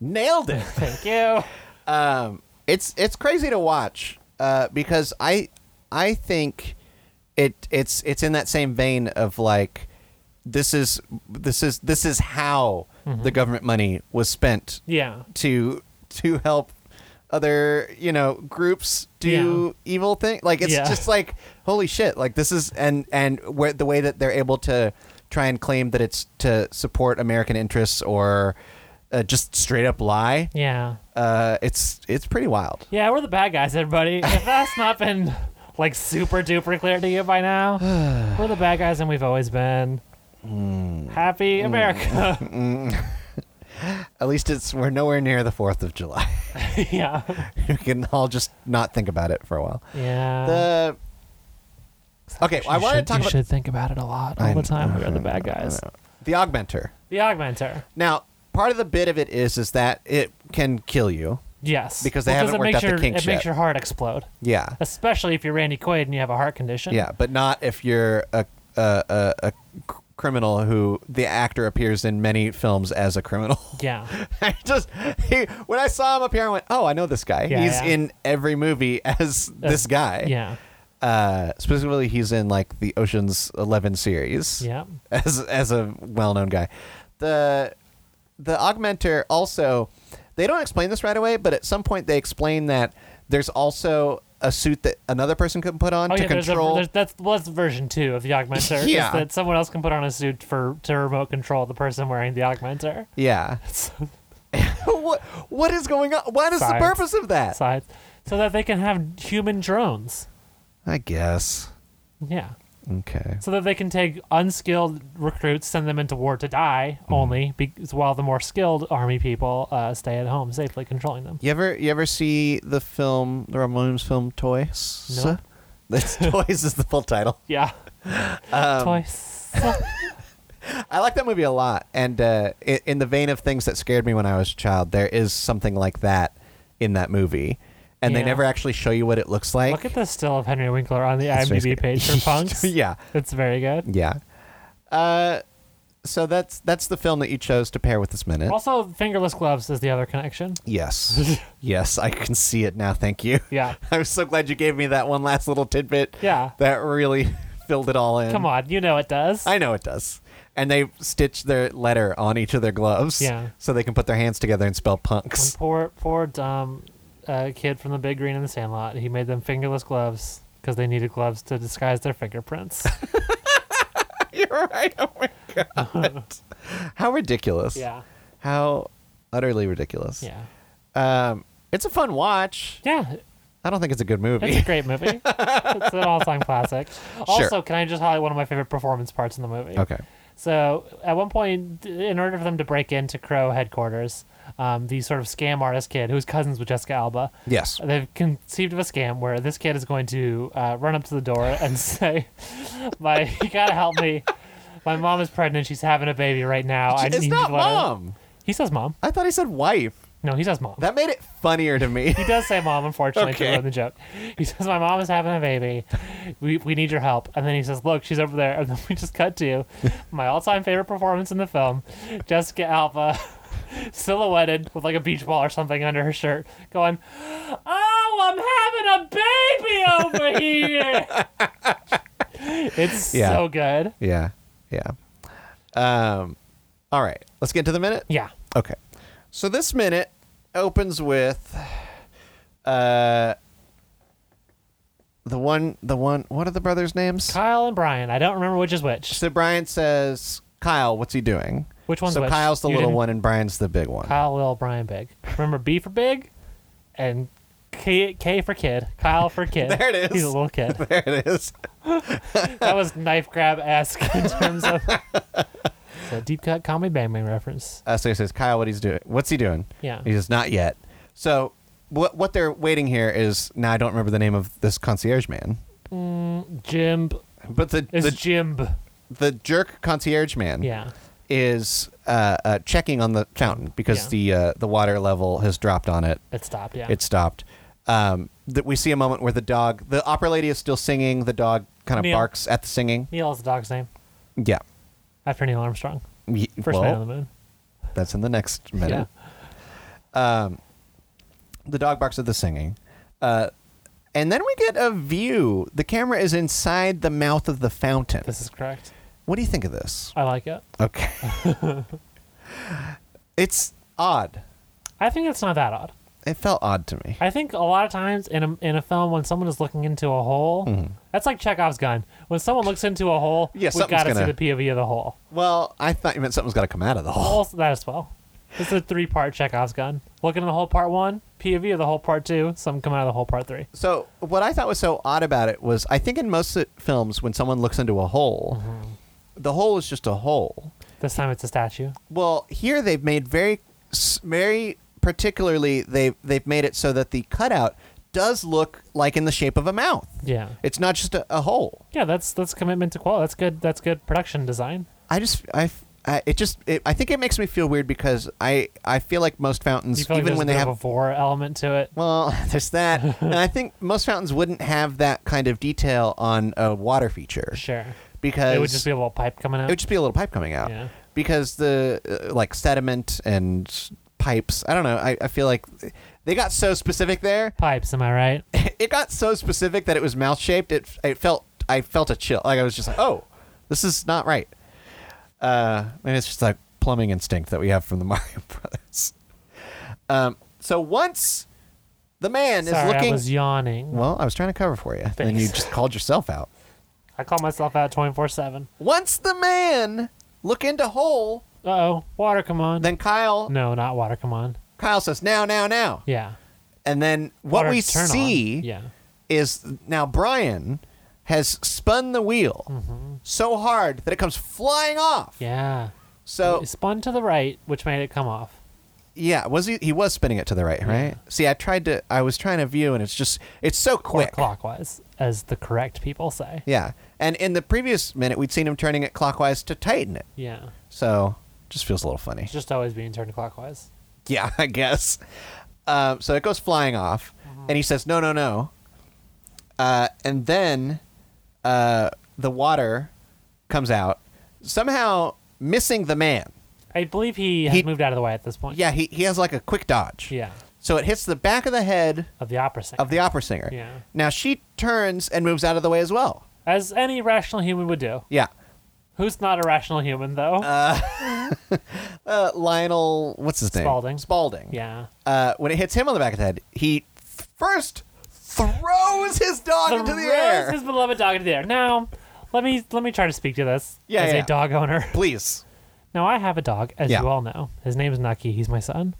Speaker 2: Nailed it.
Speaker 1: Thank you.
Speaker 2: um, it's it's crazy to watch uh, because I I think it it's it's in that same vein of like this is this is this is how
Speaker 1: Mm-hmm.
Speaker 2: the government money was spent
Speaker 1: Yeah,
Speaker 2: to to help other you know groups do evil things like it's
Speaker 1: Yeah.
Speaker 2: just like holy shit like this is and and where the way that they're able to try and claim that it's to support american interests or uh, just straight up lie
Speaker 1: yeah,
Speaker 2: uh, it's it's pretty wild.
Speaker 1: yeah. We're the bad guys, everybody. If that's not been like super duper clear to you by now, we're the bad guys, and we've always been.
Speaker 2: Hmm.
Speaker 1: Happy America.
Speaker 2: At least it's we're nowhere near the Fourth of July.
Speaker 1: yeah.
Speaker 2: we can all just not think about it for a while.
Speaker 1: Yeah.
Speaker 2: The okay, I want to talk
Speaker 1: you
Speaker 2: about
Speaker 1: should think about it a lot all
Speaker 2: I
Speaker 1: the
Speaker 2: know,
Speaker 1: time. We're the bad guys.
Speaker 2: the augmenter.
Speaker 1: The augmenter.
Speaker 2: Now, part of the bit of it is is that it can kill you.
Speaker 1: Yes.
Speaker 2: Because they haven't
Speaker 1: it
Speaker 2: worked
Speaker 1: makes
Speaker 2: out the
Speaker 1: your,
Speaker 2: kink
Speaker 1: It makes
Speaker 2: shit.
Speaker 1: your heart explode,
Speaker 2: Yeah,
Speaker 1: especially if you're Randy Quaid and you have a heart condition.
Speaker 2: yeah, but not if you're a a, a, a c- criminal who the actor appears in many films as a criminal.
Speaker 1: Yeah.
Speaker 2: I just he, when I saw him up here, I went, "Oh, I know this guy.
Speaker 1: Yeah,
Speaker 2: he's
Speaker 1: yeah.
Speaker 2: in every movie as this guy."
Speaker 1: Yeah.
Speaker 2: Uh, specifically, he's in like the Ocean's Eleven series.
Speaker 1: Yeah.
Speaker 2: As as a well-known guy, the the augmenter also they don't explain this right away, but at some point they explain that there's also a suit that another person can put on
Speaker 1: Oh
Speaker 2: to
Speaker 1: yeah. There's a,
Speaker 2: control.
Speaker 1: there's, that's well, that's version two of the augmenter. is
Speaker 2: Yeah.
Speaker 1: that someone else can put on a suit for to remote control the person wearing the augmenter.
Speaker 2: yeah. what what is going on? What is
Speaker 1: Science.
Speaker 2: the purpose of that?
Speaker 1: Side, so that they can have human drones.
Speaker 2: I guess.
Speaker 1: Yeah.
Speaker 2: Okay.
Speaker 1: so that they can take unskilled recruits, send them into war to die
Speaker 2: Mm-hmm.
Speaker 1: only, be- while the more skilled army people uh, stay at home safely controlling them.
Speaker 2: You ever you ever see the film the Robin Williams film Toys?
Speaker 1: No.
Speaker 2: That's Toys is the full title.
Speaker 1: Yeah.
Speaker 2: Um,
Speaker 1: Twice.
Speaker 2: I like that movie a lot, and uh, i in the vein of things that scared me when I was a child, there is something like that in that movie, and
Speaker 1: Yeah.
Speaker 2: they never actually show you what it looks like.
Speaker 1: Look at the still of Henry Winkler on the
Speaker 2: It's
Speaker 1: IMDb
Speaker 2: very scary.
Speaker 1: page for punks.
Speaker 2: yeah,
Speaker 1: It's very good.
Speaker 2: yeah. Uh, so that's that's the film that you chose to pair with this minute.
Speaker 1: Also, fingerless gloves is the other connection.
Speaker 2: Yes. yes, I can see it now. Thank you.
Speaker 1: Yeah.
Speaker 2: I was so glad you gave me that one last little tidbit.
Speaker 1: Yeah.
Speaker 2: That really filled it all in.
Speaker 1: Come on, you know it does.
Speaker 2: I know it does. And they stitch their letter on each of their gloves.
Speaker 1: Yeah.
Speaker 2: So they can put their hands together and spell
Speaker 1: And
Speaker 2: punks.
Speaker 1: poor, poor dumb uh, kid from the Big Green and the Sandlot. He made them fingerless gloves because they needed gloves to disguise their fingerprints.
Speaker 2: You're right. Oh my god. How ridiculous.
Speaker 1: yeah,
Speaker 2: How utterly ridiculous.
Speaker 1: yeah,
Speaker 2: Um it's a fun watch.
Speaker 1: yeah.
Speaker 2: I don't think it's a good movie.
Speaker 1: It's a great movie. it's an all-time classic. Also, can I just highlight one of my favorite performance parts in the movie?
Speaker 2: okay.
Speaker 1: So at one point, d- in order for them to break into Crow headquarters, um, the sort of scam artist kid who's cousins with Jessica Alba,
Speaker 2: Yes.
Speaker 1: they've conceived of a scam where this kid is going to uh, run up to the door and say, "My, you gotta help me. My mom is pregnant. She's having a baby right now. I
Speaker 2: it's
Speaker 1: need you
Speaker 2: not
Speaker 1: to let her-"
Speaker 2: mom.
Speaker 1: He says mom.
Speaker 2: I thought he said wife.
Speaker 1: No, he says mom.
Speaker 2: That made it funnier to me.
Speaker 1: he does say mom, unfortunately,
Speaker 2: Okay.
Speaker 1: to ruin the joke. He says, My mom is having a baby. We, we need your help. And then he says, Look, she's over there. And then we just cut to my all time favorite performance in the film Jessica Alba, silhouetted with like a beach ball or something under her shirt, going, Oh, I'm having a baby over here. it's
Speaker 2: Yeah.
Speaker 1: so good.
Speaker 2: yeah. Yeah. Um all right. Let's get to the minute.
Speaker 1: Yeah.
Speaker 2: Okay. So this minute opens with uh the one the one what are the brothers' names?
Speaker 1: Kyle and Brian. I don't remember which is which.
Speaker 2: So Brian says, Kyle, what's he doing?
Speaker 1: Which one's
Speaker 2: So
Speaker 1: which?
Speaker 2: Kyle's the
Speaker 1: You
Speaker 2: little
Speaker 1: didn't-
Speaker 2: one and Brian's the big one.
Speaker 1: Kyle, Lil, Brian, Big. Remember B for Big, and K, K for Kid. Kyle for Kid.
Speaker 2: There it is.
Speaker 1: He's a little kid.
Speaker 2: There it is.
Speaker 1: That was knife grab esque in terms of. It's a deep cut comedy bang bang reference.
Speaker 2: Uh, so he says, Kyle, what he's doing? What's he doing?
Speaker 1: Yeah.
Speaker 2: He says, not yet. So what what they're waiting here is now I don't remember the name of this concierge man,
Speaker 1: Jimb
Speaker 2: but the
Speaker 1: is
Speaker 2: the,
Speaker 1: Jimb.
Speaker 2: the jerk concierge man.
Speaker 1: Yeah.
Speaker 2: is uh, uh, checking on the fountain because the uh, the water level has dropped on it.
Speaker 1: It stopped. Yeah.
Speaker 2: It stopped. Um, that we see a moment where the dog, the opera lady is still singing. The dog kind of
Speaker 1: Neil.
Speaker 2: barks at the singing.
Speaker 1: Neil is the dog's name
Speaker 2: Yeah.
Speaker 1: after Neil Armstrong,
Speaker 2: Ye-
Speaker 1: first man on
Speaker 2: well,
Speaker 1: the moon.
Speaker 2: that's in the next minute. Um, The dog barks at the singing. Uh, and then we get a view. The camera is inside the mouth of the fountain.
Speaker 1: This is correct.
Speaker 2: What do you think of this?
Speaker 1: I like it.
Speaker 2: Okay. it's odd.
Speaker 1: I think it's not that odd.
Speaker 2: It felt odd to me.
Speaker 1: I think a lot of times in a, in a film, when someone is looking into a hole, that's like Chekhov's gun. When someone looks into a hole,
Speaker 2: Mm-hmm. Yeah,
Speaker 1: we
Speaker 2: something's
Speaker 1: got to
Speaker 2: gonna-
Speaker 1: see the POV of the hole.
Speaker 2: Well, I thought you meant something's got to come out of the hole.
Speaker 1: Also, that as well. It's a three part Chekhov's gun. Looking at the whole part one, POV of the whole part two, some come out of the whole part three.
Speaker 2: So, what I thought was so odd about it was I think in most uh, films, when someone looks into a hole,
Speaker 1: Mm-hmm.
Speaker 2: the hole is just a hole.
Speaker 1: This time it's a statue.
Speaker 2: Well, here they've made very, s- very particularly, they've, they've made it so that the cutout does look like in the shape of a mouth.
Speaker 1: Yeah.
Speaker 2: It's not just a, a hole.
Speaker 1: Yeah, that's that's commitment to quality. That's good. That's good production design.
Speaker 2: I just, I, f- I- it just, it, I think it makes me feel weird because I, I feel like most
Speaker 1: You
Speaker 2: fountains,
Speaker 1: feel like
Speaker 2: even
Speaker 1: there's a
Speaker 2: when they
Speaker 1: bit
Speaker 2: have
Speaker 1: of a vor element to it.
Speaker 2: Well, there's that. and I think most fountains wouldn't have that kind of detail on a water feature
Speaker 1: Sure.
Speaker 2: because
Speaker 1: It would just be a little pipe coming
Speaker 2: it
Speaker 1: out.
Speaker 2: would just be a little pipe coming out.
Speaker 1: Yeah.
Speaker 2: Because the uh, like sediment and pipes, I don't know. I, I feel like they got so specific there.
Speaker 1: Pipes, am I right?
Speaker 2: It got so specific that it was mouth shaped. It it felt I felt a chill. Like I was just like, "Oh, this is not right." Uh, and it's just like plumbing instinct that we have from the Mario Brothers. Um, so once the man
Speaker 1: Sorry,
Speaker 2: is looking
Speaker 1: I was yawning.
Speaker 2: well, I was trying to cover for you. And you
Speaker 1: Thanks.
Speaker 2: just called yourself out.
Speaker 1: I call myself out 24 7.
Speaker 2: Once the man look into hole,
Speaker 1: Uh oh. Water, come on.
Speaker 2: then Kyle
Speaker 1: no, not water, come on.
Speaker 2: Kyle says now, now, now.
Speaker 1: Yeah.
Speaker 2: And then what
Speaker 1: Water,
Speaker 2: we
Speaker 1: turn on.
Speaker 2: see
Speaker 1: Yeah.
Speaker 2: is now Brian has spun the wheel so hard that it comes flying off.
Speaker 1: Mm-hmm. Yeah.
Speaker 2: So
Speaker 1: It spun to the right, which made it come off.
Speaker 2: yeah, was he he was spinning it to the right, right? See, I tried to I was trying to view and it's just it's so
Speaker 1: Or
Speaker 2: quick.
Speaker 1: clockwise, as the correct people say.
Speaker 2: Yeah. And in the previous minute we'd seen him turning it clockwise to tighten it.
Speaker 1: Yeah.
Speaker 2: So just feels a little funny.
Speaker 1: It's just always being turned clockwise.
Speaker 2: Yeah, I guess. Um, so it goes flying off,
Speaker 1: Uh-huh.
Speaker 2: and he says, "No, no, no." Uh, and then uh, the water comes out. Somehow missing the man.
Speaker 1: I believe he has
Speaker 2: He-
Speaker 1: moved out of the way at this point.
Speaker 2: Yeah, he, he has like a quick dodge.
Speaker 1: Yeah.
Speaker 2: So it hits the back of the head
Speaker 1: Of the opera singer.
Speaker 2: of the opera singer.
Speaker 1: Yeah.
Speaker 2: Now she turns and moves out of the way as well.
Speaker 1: As any rational human would do.
Speaker 2: Yeah.
Speaker 1: Who's not a rational human, though?
Speaker 2: Uh, Lionel, what's his name?
Speaker 1: Spalding.
Speaker 2: Spalding.
Speaker 1: yeah.
Speaker 2: Uh, when it hits him on the back of the head, he first throws his dog into the
Speaker 1: Throws
Speaker 2: air.
Speaker 1: his beloved dog into the air. Now, let me let me try to speak to this
Speaker 2: Yeah,
Speaker 1: as
Speaker 2: yeah.
Speaker 1: a dog owner.
Speaker 2: Please.
Speaker 1: Now, I have a dog, as
Speaker 2: Yeah.
Speaker 1: you all know. His name is Nucky. He's my son.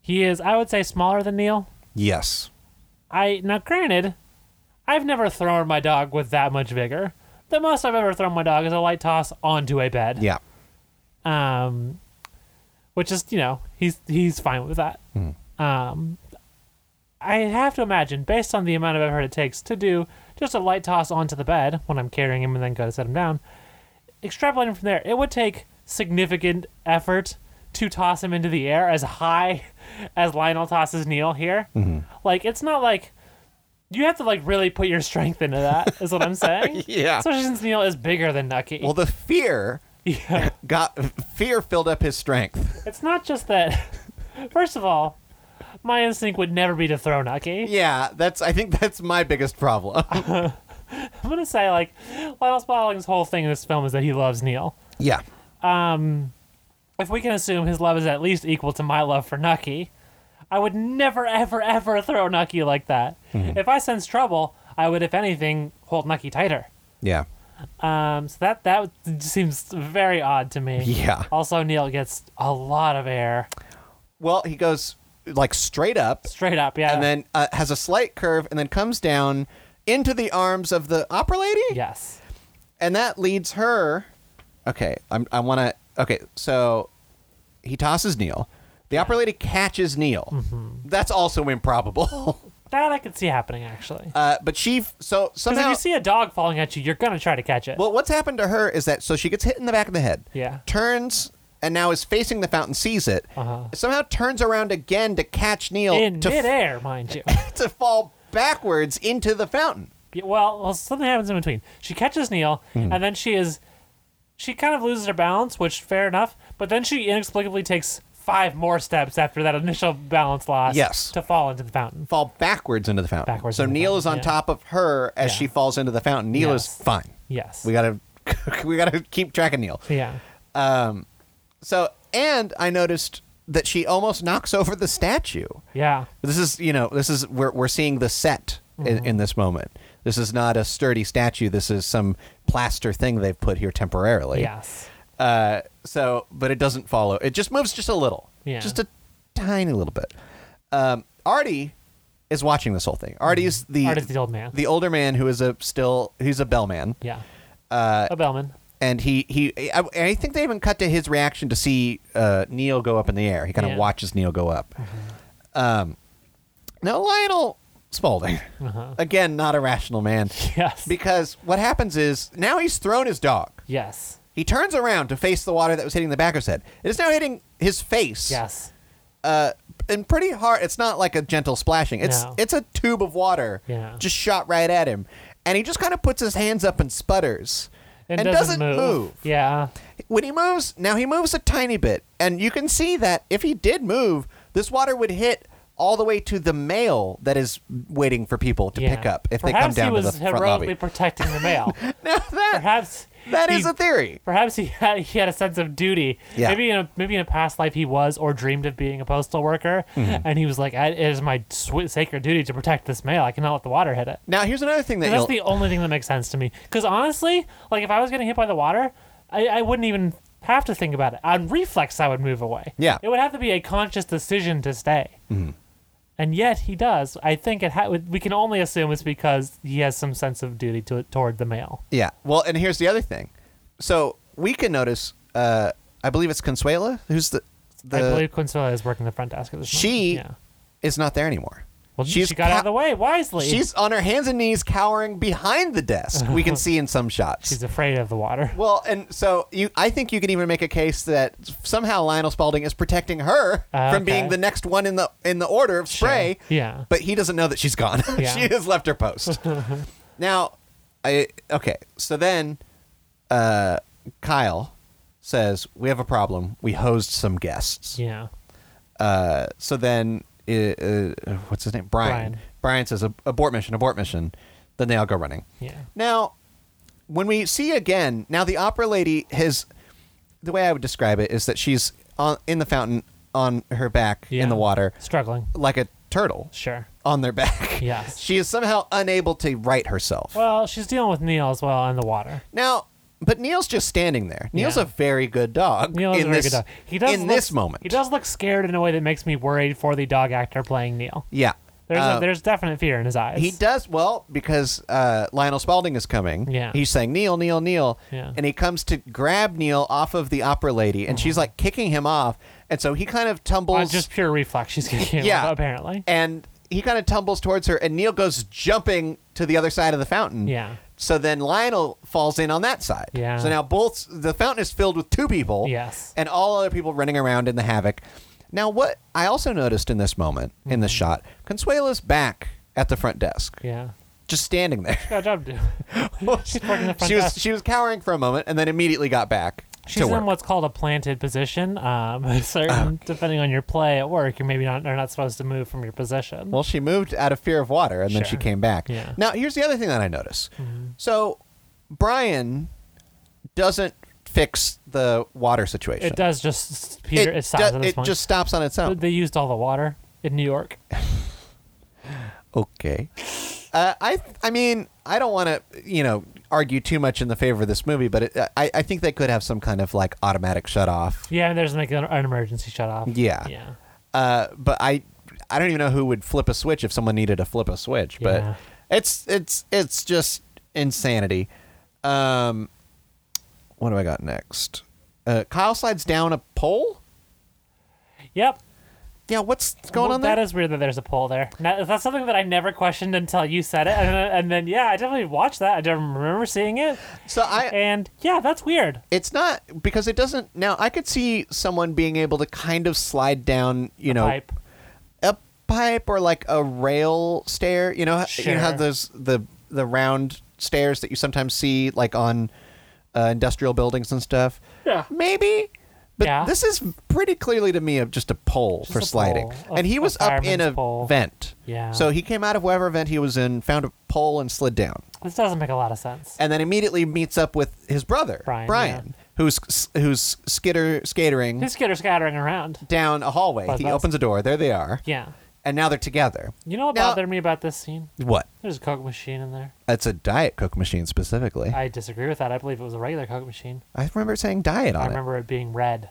Speaker 1: He is, I would say, smaller than Neil.
Speaker 2: Yes.
Speaker 1: I now, granted, I've never thrown my dog with that much vigor. The most I've ever thrown my dog is a light toss onto a bed.
Speaker 2: Yeah.
Speaker 1: um, which is you know he's he's fine with that.
Speaker 2: Hmm.
Speaker 1: Um, I have to imagine, based on the amount of effort it takes to do just a light toss onto the bed when I'm carrying him and then go to set him down, extrapolating from there, it would take significant effort to toss him into the air as high as Lionel tosses Neil here.
Speaker 2: Mm-hmm.
Speaker 1: Like it's not like you have to like really put your strength into that. Is what I'm saying.
Speaker 2: Yeah.
Speaker 1: Especially since Neil is bigger than Nucky.
Speaker 2: Well, the fear
Speaker 1: yeah.
Speaker 2: got fear filled up his strength.
Speaker 1: It's not just that. First of all, my instinct would never be to throw Nucky.
Speaker 2: Yeah, that's. I think that's my biggest problem.
Speaker 1: I'm gonna say like Lionel Spalding's whole thing in this film is that he loves Neil.
Speaker 2: yeah.
Speaker 1: If we can assume his love is at least equal to my love for Nucky, I would never, ever, ever throw Nucky like that.
Speaker 2: Mm-hmm.
Speaker 1: If I sense trouble, I would, if anything, hold Nucky tighter.
Speaker 2: Yeah.
Speaker 1: Um, so that that seems very odd to me.
Speaker 2: Yeah.
Speaker 1: Also, Neil gets a lot of air
Speaker 2: Well, he goes like straight up,
Speaker 1: straight up. Yeah.
Speaker 2: and then uh, has a slight curve, and then comes down into the arms of the opera lady.
Speaker 1: yes.
Speaker 2: and that leads her. Okay, I'm, I want to. Okay, so he tosses Neil. The opera lady catches Neil.
Speaker 1: Mm-hmm.
Speaker 2: That's also improbable.
Speaker 1: That I could see happening actually.
Speaker 2: uh, but she f- so
Speaker 1: Because if
Speaker 2: somehow.
Speaker 1: you see a dog falling at you, you're gonna try to catch it.
Speaker 2: well, what's happened to her is that so she gets hit in the back of the head.
Speaker 1: Yeah.
Speaker 2: Turns and now is facing the fountain, sees it.
Speaker 1: Uh-huh.
Speaker 2: Somehow turns around again to catch Neil
Speaker 1: in
Speaker 2: to f-
Speaker 1: midair, mind you.
Speaker 2: to fall backwards into the fountain.
Speaker 1: Yeah, well, well, something happens in between. She catches Neil,
Speaker 2: Hmm.
Speaker 1: and then she is, she kind of loses her balance, which fair enough. But then she inexplicably takes five more steps after that initial balance loss.
Speaker 2: Yes.
Speaker 1: To fall into the fountain.
Speaker 2: Fall backwards into the fountain.
Speaker 1: Backwards
Speaker 2: so
Speaker 1: into the
Speaker 2: Neil
Speaker 1: fountain,
Speaker 2: is on
Speaker 1: yeah.
Speaker 2: top of her as
Speaker 1: Yeah.
Speaker 2: she falls into the fountain. Neil
Speaker 1: Yes.
Speaker 2: is fine.
Speaker 1: Yes.
Speaker 2: We gotta we gotta keep track of Neil.
Speaker 1: yeah.
Speaker 2: So and I noticed that she almost knocks over the statue.
Speaker 1: Yeah.
Speaker 2: This is you know this is we're we're seeing the set in, in this moment. This is not a sturdy statue. This is some plaster thing they've put here temporarily.
Speaker 1: Yes.
Speaker 2: Uh, so but it doesn't follow. It just moves just a little.
Speaker 1: Yeah.
Speaker 2: Just a tiny little bit. Um, Artie is watching this whole thing. Artie is the
Speaker 1: Artist the old man.
Speaker 2: the older man who is a still he's a bellman.
Speaker 1: yeah. Uh, a bellman.
Speaker 2: and he he I, I think they even cut to his reaction to see uh, Neil go up in the air. He kind of
Speaker 1: Yeah.
Speaker 2: watches Neil go up. Um, now Lionel Spaulding,
Speaker 1: Uh-huh.
Speaker 2: again, not a rational man,
Speaker 1: Yes.
Speaker 2: because what happens is now he's thrown his dog.
Speaker 1: yes.
Speaker 2: He turns around to face the water that was hitting the back of his head. It is now hitting his face.
Speaker 1: Yes.
Speaker 2: Uh, and pretty hard. It's not like a gentle splashing. It's
Speaker 1: No.
Speaker 2: it's a tube of water.
Speaker 1: Yeah.
Speaker 2: Just shot right at him, and he just kind of puts his hands up and sputters,
Speaker 1: It
Speaker 2: and doesn't, move
Speaker 1: Yeah.
Speaker 2: when he moves now he moves a tiny bit and you can see that if he did move this water would hit all the way to the mail that is waiting for people to
Speaker 1: yeah.
Speaker 2: pick up
Speaker 1: Perhaps
Speaker 2: if they come down
Speaker 1: he was
Speaker 2: to the front
Speaker 1: heroically
Speaker 2: lobby
Speaker 1: protecting the mail.
Speaker 2: now that,
Speaker 1: Perhaps
Speaker 2: that
Speaker 1: he
Speaker 2: is a theory
Speaker 1: Perhaps he had he had a sense of duty.
Speaker 2: Yeah.
Speaker 1: Maybe in a maybe in a past life he was or dreamed of being a postal worker,
Speaker 2: Mm-hmm.
Speaker 1: and he was like, I, "It is my sweet, sacred duty to protect this mail. I cannot let the water hit it."
Speaker 2: now here's another thing that
Speaker 1: That's
Speaker 2: you'll,
Speaker 1: the only thing that makes sense to me. Because honestly, like if I was getting hit by the water, I, I wouldn't even have to think about it. On reflex, I would move away.
Speaker 2: Yeah. Mm-hmm.
Speaker 1: It would have to be a conscious decision to stay. And yet he does. I think it ha- we can only assume it's because he has some sense of duty to toward the mail.
Speaker 2: yeah well and here's the other thing so we can notice uh, i believe it's consuela who's the, the
Speaker 1: I believe Consuela is working the front desk at this moment.
Speaker 2: she
Speaker 1: Yeah.
Speaker 2: is not there anymore
Speaker 1: Well, she got
Speaker 2: cow-
Speaker 1: out of the way wisely.
Speaker 2: she's on her hands and knees cowering behind the desk we can see in some shots
Speaker 1: she's afraid of the water.
Speaker 2: Well, and so you, I think you can even make a case that somehow Lionel Spalding is protecting her
Speaker 1: Ah,
Speaker 2: from
Speaker 1: okay.
Speaker 2: being the next one in the in the order of spray.
Speaker 1: Yeah.
Speaker 2: But he doesn't know that she's gone.
Speaker 1: Yeah.
Speaker 2: she has left her post. now, I okay. So then, uh, Kyle says, "We have a problem. We hosed some guests."
Speaker 1: Yeah.
Speaker 2: Uh, so then, uh, uh, what's his name? Brian.
Speaker 1: Brian.
Speaker 2: Brian, says, "Ab- "Abort mission. Abort mission." Then they all go running.
Speaker 1: Yeah.
Speaker 2: Now, when we see again, now the opera lady has the way I would describe it is that she's on in the fountain on her back
Speaker 1: Yeah.
Speaker 2: in the water
Speaker 1: Struggling.
Speaker 2: like a turtle
Speaker 1: Sure.
Speaker 2: on their back.
Speaker 1: Yes.
Speaker 2: she is somehow unable to right herself.
Speaker 1: Well, she's dealing with Neil as well in the water.
Speaker 2: now, but Neil's just standing there. Neil's
Speaker 1: Yeah.
Speaker 2: a very good dog.
Speaker 1: Neil is
Speaker 2: in
Speaker 1: a very
Speaker 2: this,
Speaker 1: good dog. He does
Speaker 2: in
Speaker 1: look,
Speaker 2: this moment.
Speaker 1: He does look scared in a way that makes me worried for the dog actor playing Neil.
Speaker 2: Yeah.
Speaker 1: There's
Speaker 2: Uh,
Speaker 1: a, there's definite fear in his eyes.
Speaker 2: He does well because uh, Lionel Spalding is coming.
Speaker 1: Yeah.
Speaker 2: he's saying Neil, Neil, Neil,
Speaker 1: Yeah.
Speaker 2: and he comes to grab Neil off of the opera lady, and she's like kicking him off, and so he kind of tumbles,
Speaker 1: On Uh-huh. just pure reflex, she's getting him
Speaker 2: Yeah.
Speaker 1: apparently.
Speaker 2: and he kind of tumbles towards her, and Neil goes jumping to the other side of the fountain.
Speaker 1: Yeah.
Speaker 2: So then Lionel falls in on that side.
Speaker 1: Yeah.
Speaker 2: So now both the fountain is filled with two people.
Speaker 1: Yes.
Speaker 2: And all other people running around in the havoc. Now what I also noticed in this moment, in this shot, Consuela's back at the front desk,
Speaker 1: Mm-hmm. Yeah.
Speaker 2: just standing there.
Speaker 1: Got a job to do. She's working the front
Speaker 2: she was
Speaker 1: desk.
Speaker 2: she was cowering for a moment and then immediately got back
Speaker 1: She's
Speaker 2: to
Speaker 1: in
Speaker 2: work.
Speaker 1: what's called a planted position. Um, certain, depending on your play at work, you're maybe not, are not supposed to move from your position.
Speaker 2: well, she moved out of fear of water and then she
Speaker 1: Sure.
Speaker 2: came back.
Speaker 1: Yeah. Mm-hmm.
Speaker 2: Now, here's the other thing that I notice. So, Brian doesn't fix the water situation.
Speaker 1: it does just Peter. It, stops
Speaker 2: do-
Speaker 1: at this
Speaker 2: it
Speaker 1: point.
Speaker 2: just stops on its own.
Speaker 1: they used all the water in New York.
Speaker 2: Okay. Uh, I I mean I don't want to you know argue too much in the favor of this movie, but it, I I think they could have some kind of like automatic shut off.
Speaker 1: Yeah, and there's like an, an emergency shut off.
Speaker 2: Yeah.
Speaker 1: Yeah.
Speaker 2: Uh, but I I don't even know who would flip a switch if someone needed to flip a switch. But
Speaker 1: Yeah.
Speaker 2: it's it's it's just insanity. Um, what do I got next? Uh, Kyle slides down a pole.
Speaker 1: Yep.
Speaker 2: Yeah, what's going
Speaker 1: Well,
Speaker 2: on there?
Speaker 1: That is weird that there's a poll there. Now, that's something that I never questioned until you said it, and, then- and then yeah, I definitely watched that. I don't remember seeing it,
Speaker 2: so I
Speaker 1: and yeah, that's weird.
Speaker 2: It's not because it doesn't. Now I could see someone being able to kind of slide down, you know,
Speaker 1: Pipe.
Speaker 2: a pipe or like a rail stair. You know, you know how
Speaker 1: Sure.
Speaker 2: those the the round stairs that you sometimes see like on uh, industrial buildings and stuff.
Speaker 1: Yeah.
Speaker 2: maybe. But
Speaker 1: Yeah.
Speaker 2: this is pretty clearly to me of just a pole for
Speaker 1: a
Speaker 2: sliding,
Speaker 1: pole, a-
Speaker 2: and he
Speaker 1: a
Speaker 2: was up in
Speaker 1: fireman's
Speaker 2: a
Speaker 1: pole.
Speaker 2: vent.
Speaker 1: Yeah.
Speaker 2: So he came out of whatever vent he was in, found a pole, and slid down
Speaker 1: This doesn't make a lot of sense.
Speaker 2: and then immediately meets up with his brother
Speaker 1: Brian,
Speaker 2: who's who's skitter skatering
Speaker 1: His kids are scattering around.
Speaker 2: down a hallway.
Speaker 1: Buzz,
Speaker 2: he
Speaker 1: buzz.
Speaker 2: opens a door. There they are,
Speaker 1: Yeah.
Speaker 2: and now they're together.
Speaker 1: You know what
Speaker 2: Now-
Speaker 1: bothered me about this scene?
Speaker 2: What?
Speaker 1: There's a Coke machine in there.
Speaker 2: It's a diet Coke machine specifically. I,
Speaker 1: I disagree with that. I believe it was a regular Coke machine.
Speaker 2: remember it saying diet on
Speaker 1: I
Speaker 2: it,
Speaker 1: remember it being red.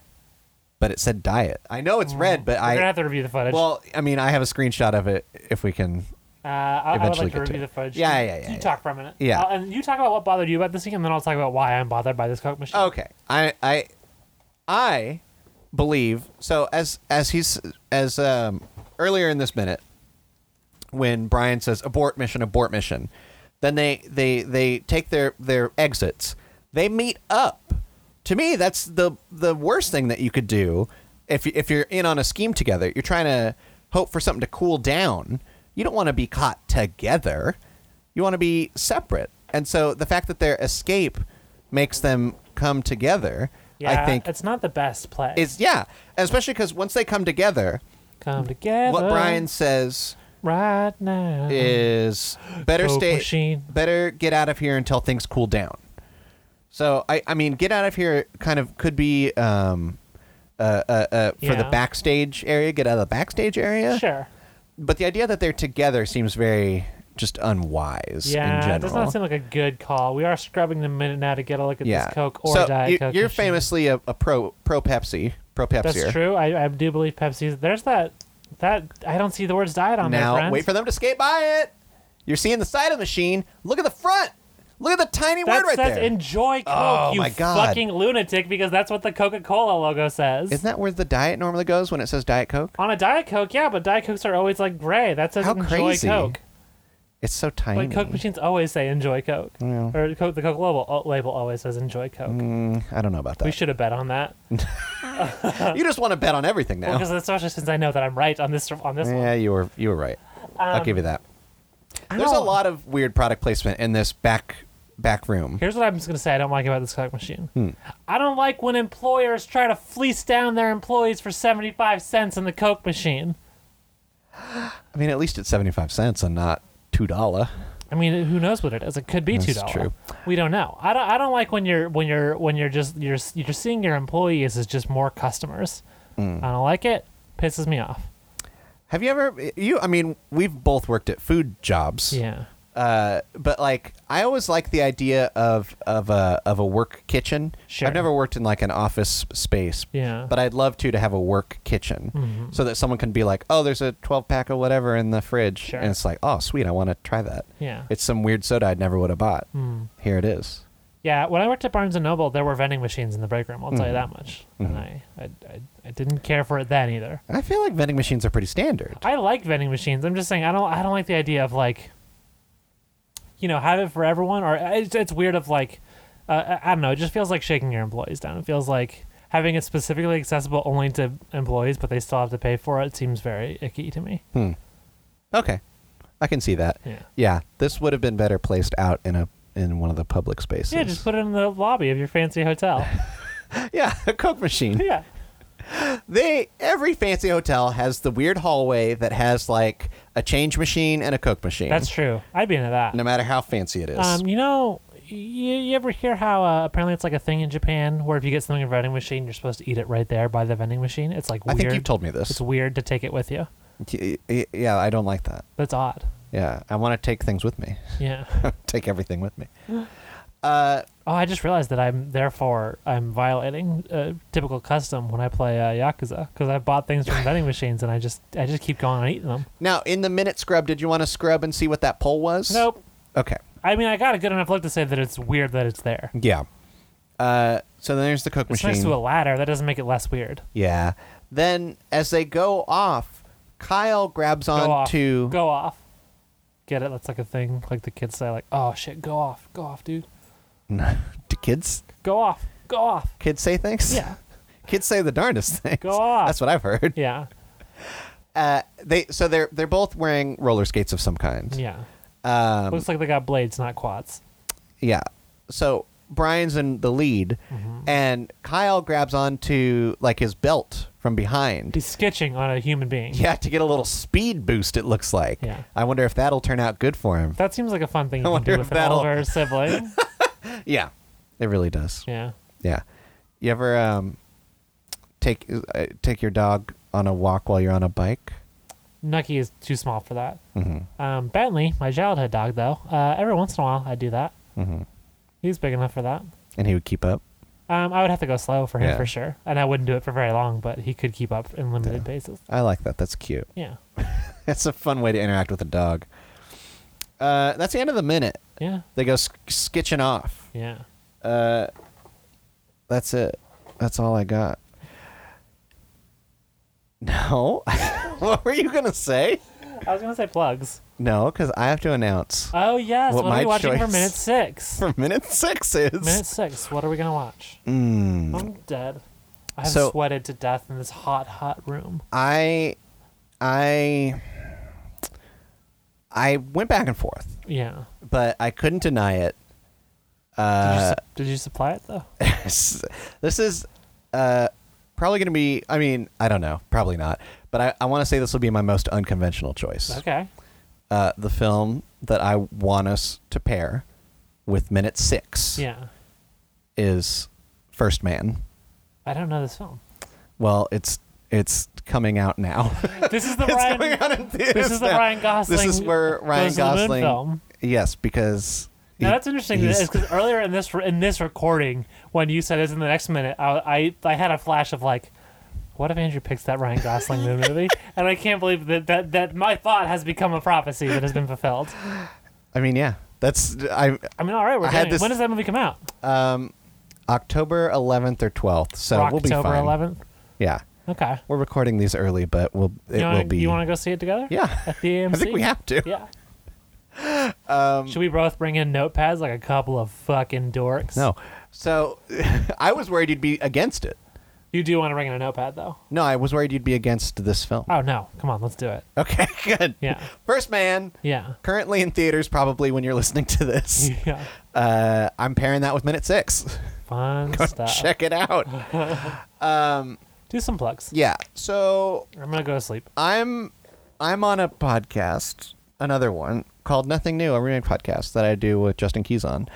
Speaker 2: but it said diet. I know it's red, but
Speaker 1: Mm, We're gonna
Speaker 2: I
Speaker 1: have to review the footage.
Speaker 2: well, I mean, I have a screenshot of it if we can.
Speaker 1: uh, I, I would
Speaker 2: eventually
Speaker 1: like
Speaker 2: get
Speaker 1: to
Speaker 2: to
Speaker 1: review
Speaker 2: it.
Speaker 1: the footage.
Speaker 2: Yeah,
Speaker 1: You-
Speaker 2: yeah, yeah,
Speaker 1: You
Speaker 2: yeah.
Speaker 1: talk for a minute.
Speaker 2: Yeah.
Speaker 1: Uh, and you talk about what bothered you about this scene, and then I'll talk about why I'm bothered by this Coke machine.
Speaker 2: Okay, Oh, I I I believe so. As as he's as um earlier in this minute, when Brian says abort mission, abort mission, then they they they take their their exits. They meet up. To me, that's the the worst thing that you could do if you- if you're in on a scheme together. You're trying to hope for something to cool down. You don't want to be caught together. You want to be separate. And so the fact that their escape makes them come together,
Speaker 1: Yeah,
Speaker 2: I think
Speaker 1: it's not the best play.
Speaker 2: is yeah, especially cuz once they come together,
Speaker 1: Come together.
Speaker 2: what Brian says
Speaker 1: right now.
Speaker 2: is better
Speaker 1: Coke
Speaker 2: stay
Speaker 1: machine.
Speaker 2: better get out of here until things cool down so i i mean get out of here kind of could be um uh, uh, uh, for the
Speaker 1: Yeah.
Speaker 2: backstage area, get out of the backstage area.
Speaker 1: Sure.
Speaker 2: But the idea that they're together seems very just unwise in
Speaker 1: Yeah,
Speaker 2: general.
Speaker 1: it does not seem like a good call. We are scrubbing the minute now to get a look at
Speaker 2: yeah.
Speaker 1: this Coke or
Speaker 2: so
Speaker 1: Diet
Speaker 2: you,
Speaker 1: Coke.
Speaker 2: you're
Speaker 1: machine.
Speaker 2: famously a, a pro pro Pepsi, pro Pepsi.
Speaker 1: That's true. I, I do believe Pepsi's. There's that. That I don't see the words "diet" on
Speaker 2: Now
Speaker 1: there. friends.
Speaker 2: wait for them to skate by it. You're seeing the side of the machine. Look at the front. Look at the tiny
Speaker 1: That
Speaker 2: word right
Speaker 1: says
Speaker 2: there.
Speaker 1: "enjoy Coke,"
Speaker 2: Oh,
Speaker 1: you
Speaker 2: my God.
Speaker 1: fucking lunatic, because that's what the Coca-Cola logo says.
Speaker 2: Isn't that where the diet normally goes when it says Diet Coke?
Speaker 1: on a Diet Coke, yeah, but Diet Cokes are always like gray. That says
Speaker 2: How
Speaker 1: "enjoy
Speaker 2: crazy.
Speaker 1: Coke."
Speaker 2: It's so tiny.
Speaker 1: Like Coke machines always say "enjoy Coke," or Coke, the Coke label, uh, label always says "enjoy Coke."
Speaker 2: Mm, I don't know about that.
Speaker 1: We should have bet on that.
Speaker 2: you just want to bet on everything now.
Speaker 1: Because especially since I know that I'm right on this on this one.
Speaker 2: yeah, you were you were right. I'll give you that. There's a
Speaker 1: know-
Speaker 2: lot of weird product placement in this back back room.
Speaker 1: Here's what I'm just gonna say I don't like about this Kodak machine.
Speaker 2: Hmm.
Speaker 1: I don't like when employers try to fleece down their employees for seventy five cents in the Coke machine.
Speaker 2: I mean, at least it's 75 cents and not $2.
Speaker 1: I mean, who knows what it is? It could be two
Speaker 2: That's
Speaker 1: dollars.
Speaker 2: true.
Speaker 1: We don't know. I don't. I don't like when you're when you're when you're just you're you're seeing your employees as just more customers.
Speaker 2: Mm.
Speaker 1: I don't like it. Pisses me off.
Speaker 2: Have you ever you I mean, we've both worked at food jobs.
Speaker 1: Yeah.
Speaker 2: Uh, but like I always like the idea of of a of a work kitchen.
Speaker 1: Sure.
Speaker 2: I've never worked in like an office space.
Speaker 1: Yeah. Mm-hmm.
Speaker 2: But I'd love to to have a work kitchen so that someone can be like, "Oh, there's a 12 pack of whatever in the fridge."
Speaker 1: Sure.
Speaker 2: And it's like, "Oh, sweet, I want to try that."
Speaker 1: Yeah. Hmm.
Speaker 2: It's some weird soda I'd never would have bought. Here it is.
Speaker 1: Yeah, when I worked at Barnes and Noble, there were vending machines in the break room. I'll
Speaker 2: Mm-hmm.
Speaker 1: tell you that much. And I, I, I, I didn't care for it then either.
Speaker 2: And I feel like vending machines are pretty standard.
Speaker 1: I like vending machines. I'm just saying I don't, I don't like the idea of like, you know, have it for everyone. Or uh, it's, it's weird of like, uh, I I don't know. It just feels like shaking your employees down. It feels like having it specifically accessible only to employees, but they still have to pay for it. Seems very icky to me.
Speaker 2: Okay. I can see that.
Speaker 1: Yeah.
Speaker 2: Yeah, this would have been better placed out in a in one of the public spaces.
Speaker 1: Yeah, just put it in the lobby of your fancy hotel.
Speaker 2: Yeah, a Coke machine.
Speaker 1: yeah.
Speaker 2: They every fancy hotel has the weird hallway that has like a change machine and a Coke machine.
Speaker 1: That's true. I'd be into that.
Speaker 2: no matter how fancy it is.
Speaker 1: Um, you know, you, you ever hear how uh, apparently it's like a thing in Japan where if you get something in a vending machine, you're supposed to eat it right there by the vending machine. It's like
Speaker 2: I
Speaker 1: weird.
Speaker 2: think you told me this.
Speaker 1: It's weird to take it with you.
Speaker 2: Y- y- Yeah, I don't like that.
Speaker 1: That's odd.
Speaker 2: Yeah, I want to take things with me.
Speaker 1: Yeah.
Speaker 2: take everything with me. Uh,
Speaker 1: oh, I just realized that I'm therefore I'm violating uh, typical custom when I play uh, Yakuza because I bought things from vending machines and I just I just keep going and eating them.
Speaker 2: Now, in the minute scrub, did you want to scrub and see what that poll was?
Speaker 1: Nope.
Speaker 2: Okay.
Speaker 1: I mean, I got a good enough look to say that it's weird that it's there.
Speaker 2: Yeah. Uh, so then there's the Coke
Speaker 1: It's
Speaker 2: machine.
Speaker 1: next to a ladder. That doesn't make it less weird.
Speaker 2: Yeah. Then as they go off, Kyle grabs
Speaker 1: Go
Speaker 2: on
Speaker 1: off.
Speaker 2: to
Speaker 1: Go off. Get it? That's like a thing. Like the kids say, like, "Oh shit, go off, go off, dude."
Speaker 2: Do kids
Speaker 1: Go off. Go off.
Speaker 2: kids say things?
Speaker 1: Yeah.
Speaker 2: Kids say the darndest things.
Speaker 1: Go off.
Speaker 2: That's what I've heard.
Speaker 1: Yeah.
Speaker 2: Uh, they so they're they're both wearing roller skates of some kind.
Speaker 1: Yeah.
Speaker 2: Um,
Speaker 1: Looks like they got blades, not quads.
Speaker 2: yeah. So Brian's in the lead,
Speaker 1: Mm-hmm.
Speaker 2: and Kyle grabs onto like his belt from behind.
Speaker 1: He's sketching on a human being.
Speaker 2: Yeah, to get a little speed boost. It looks like.
Speaker 1: Yeah.
Speaker 2: I wonder if that'll turn out good for him.
Speaker 1: That seems like a fun thing you can
Speaker 2: wonder
Speaker 1: do
Speaker 2: if
Speaker 1: with an
Speaker 2: that'll-
Speaker 1: older sibling.
Speaker 2: Yeah, it really does.
Speaker 1: yeah.
Speaker 2: Yeah. You ever um, take uh, take your dog on a walk while you're on a bike? Mm-hmm.
Speaker 1: Nucky is too small for that. Um, Bentley, my childhood dog, though, uh, every once in a while I do that. Mm-hmm. He's big enough for that.
Speaker 2: And he would keep up.
Speaker 1: Um, I would have to go slow for him
Speaker 2: Yeah.
Speaker 1: for sure, and I wouldn't do it for very long. But he could keep up in limited paces.
Speaker 2: I like that. That's cute.
Speaker 1: Yeah,
Speaker 2: That's a fun way to interact with a dog. Uh, that's the end of the minute.
Speaker 1: yeah,
Speaker 2: They go sk- skitching off.
Speaker 1: yeah.
Speaker 2: That's it. That's all I got. No. what were you going to say?
Speaker 1: I was gonna say plugs.
Speaker 2: No, because I have to announce
Speaker 1: Oh yes,
Speaker 2: What
Speaker 1: what, are we
Speaker 2: my
Speaker 1: watching for
Speaker 2: choice.
Speaker 1: minute six?
Speaker 2: for minute six is. Hmm.
Speaker 1: Minute six. What are we gonna watch? I'm dead. I have
Speaker 2: So-
Speaker 1: sweated to death in this hot, hot room.
Speaker 2: I. I. I went back and forth,
Speaker 1: Yeah.
Speaker 2: but I couldn't deny it.
Speaker 1: Did, you,
Speaker 2: Uh,
Speaker 1: su- did you supply it though?
Speaker 2: this this is uh, probably going to be. I mean, I don't know. Probably not. But I, I want to say this will be my most unconventional choice.
Speaker 1: Okay.
Speaker 2: Uh, the film that I want us to pair with minute six
Speaker 1: Yeah.
Speaker 2: is First Man.
Speaker 1: I don't know this film.
Speaker 2: Well, it's it's coming out now.
Speaker 1: This is the
Speaker 2: it's
Speaker 1: Ryan.
Speaker 2: coming out in
Speaker 1: This
Speaker 2: theaters
Speaker 1: is the
Speaker 2: now.
Speaker 1: Ryan Gosling.
Speaker 2: This is where Ryan
Speaker 1: goes to the moon
Speaker 2: Gosling.
Speaker 1: film.
Speaker 2: Yes, because
Speaker 1: Now
Speaker 2: he-
Speaker 1: that's interesting
Speaker 2: he's-
Speaker 1: because earlier in this in this recording, when you said it's in the next minute, I, I I had a flash of like, what if Andrew picks that Ryan Gosling moon movie? And I can't believe that, that that my thought has become a prophecy that has been fulfilled.
Speaker 2: I mean, yeah, that's I
Speaker 1: I mean, all right, we're
Speaker 2: I had
Speaker 1: doing it.
Speaker 2: this-
Speaker 1: When does that movie come out?
Speaker 2: October 11th or 12th. So we'll be
Speaker 1: October
Speaker 2: fine.
Speaker 1: 11th.
Speaker 2: Yeah.
Speaker 1: Okay.
Speaker 2: We're recording these early, but we'll it
Speaker 1: you wanna,
Speaker 2: will be.
Speaker 1: You want to go see it together?
Speaker 2: Yeah.
Speaker 1: At the AMC.
Speaker 2: I think we have to. Um,
Speaker 1: Yeah. Should we both bring in notepads like a couple of fucking dorks?
Speaker 2: No. So I was worried you'd be against it.
Speaker 1: You do want to bring in a notepad though.
Speaker 2: No, I was worried you'd be against this film.
Speaker 1: Oh no! Come on, let's do it.
Speaker 2: Okay, good.
Speaker 1: Yeah.
Speaker 2: First Man,
Speaker 1: Yeah.
Speaker 2: currently in theaters probably when you're listening to this.
Speaker 1: Yeah.
Speaker 2: uh, I'm pairing that with minute six.
Speaker 1: Fun stuff.
Speaker 2: Check it out.
Speaker 1: Do some plugs.
Speaker 2: Yeah. So
Speaker 1: I'm gonna go to sleep.
Speaker 2: I'm I'm on a podcast, another one called Nothing New, a remake podcast that I do with Justin Keys on.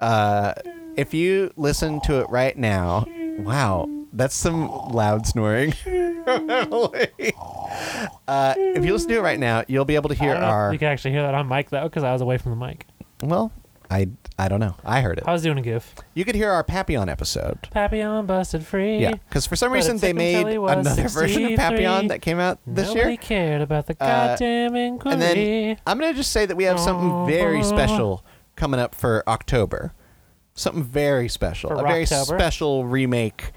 Speaker 2: Uh, if you listen to it right now, wow, that's some loud snoring. uh, if you listen to it right now, you'll be able to hear
Speaker 1: I don't know if
Speaker 2: our
Speaker 1: You can actually hear that on mic though, because I was away from the mic.
Speaker 2: well. I I don't know. I heard
Speaker 1: I
Speaker 2: it.
Speaker 1: was doing a goof.
Speaker 2: You could hear our Papillon episode.
Speaker 1: Papillon busted free.
Speaker 2: Yeah, because for some
Speaker 1: But it
Speaker 2: reason they
Speaker 1: took until
Speaker 2: made
Speaker 1: he was
Speaker 2: another version of
Speaker 1: 63.
Speaker 2: Papillon that came out this
Speaker 1: Nobody
Speaker 2: year.
Speaker 1: cared about the
Speaker 2: Uh,
Speaker 1: goddamn inquiry.
Speaker 2: And then I'm going to just say that we have something very special coming up for October. Something very special.
Speaker 1: For
Speaker 2: a very
Speaker 1: Rocktober?
Speaker 2: special remake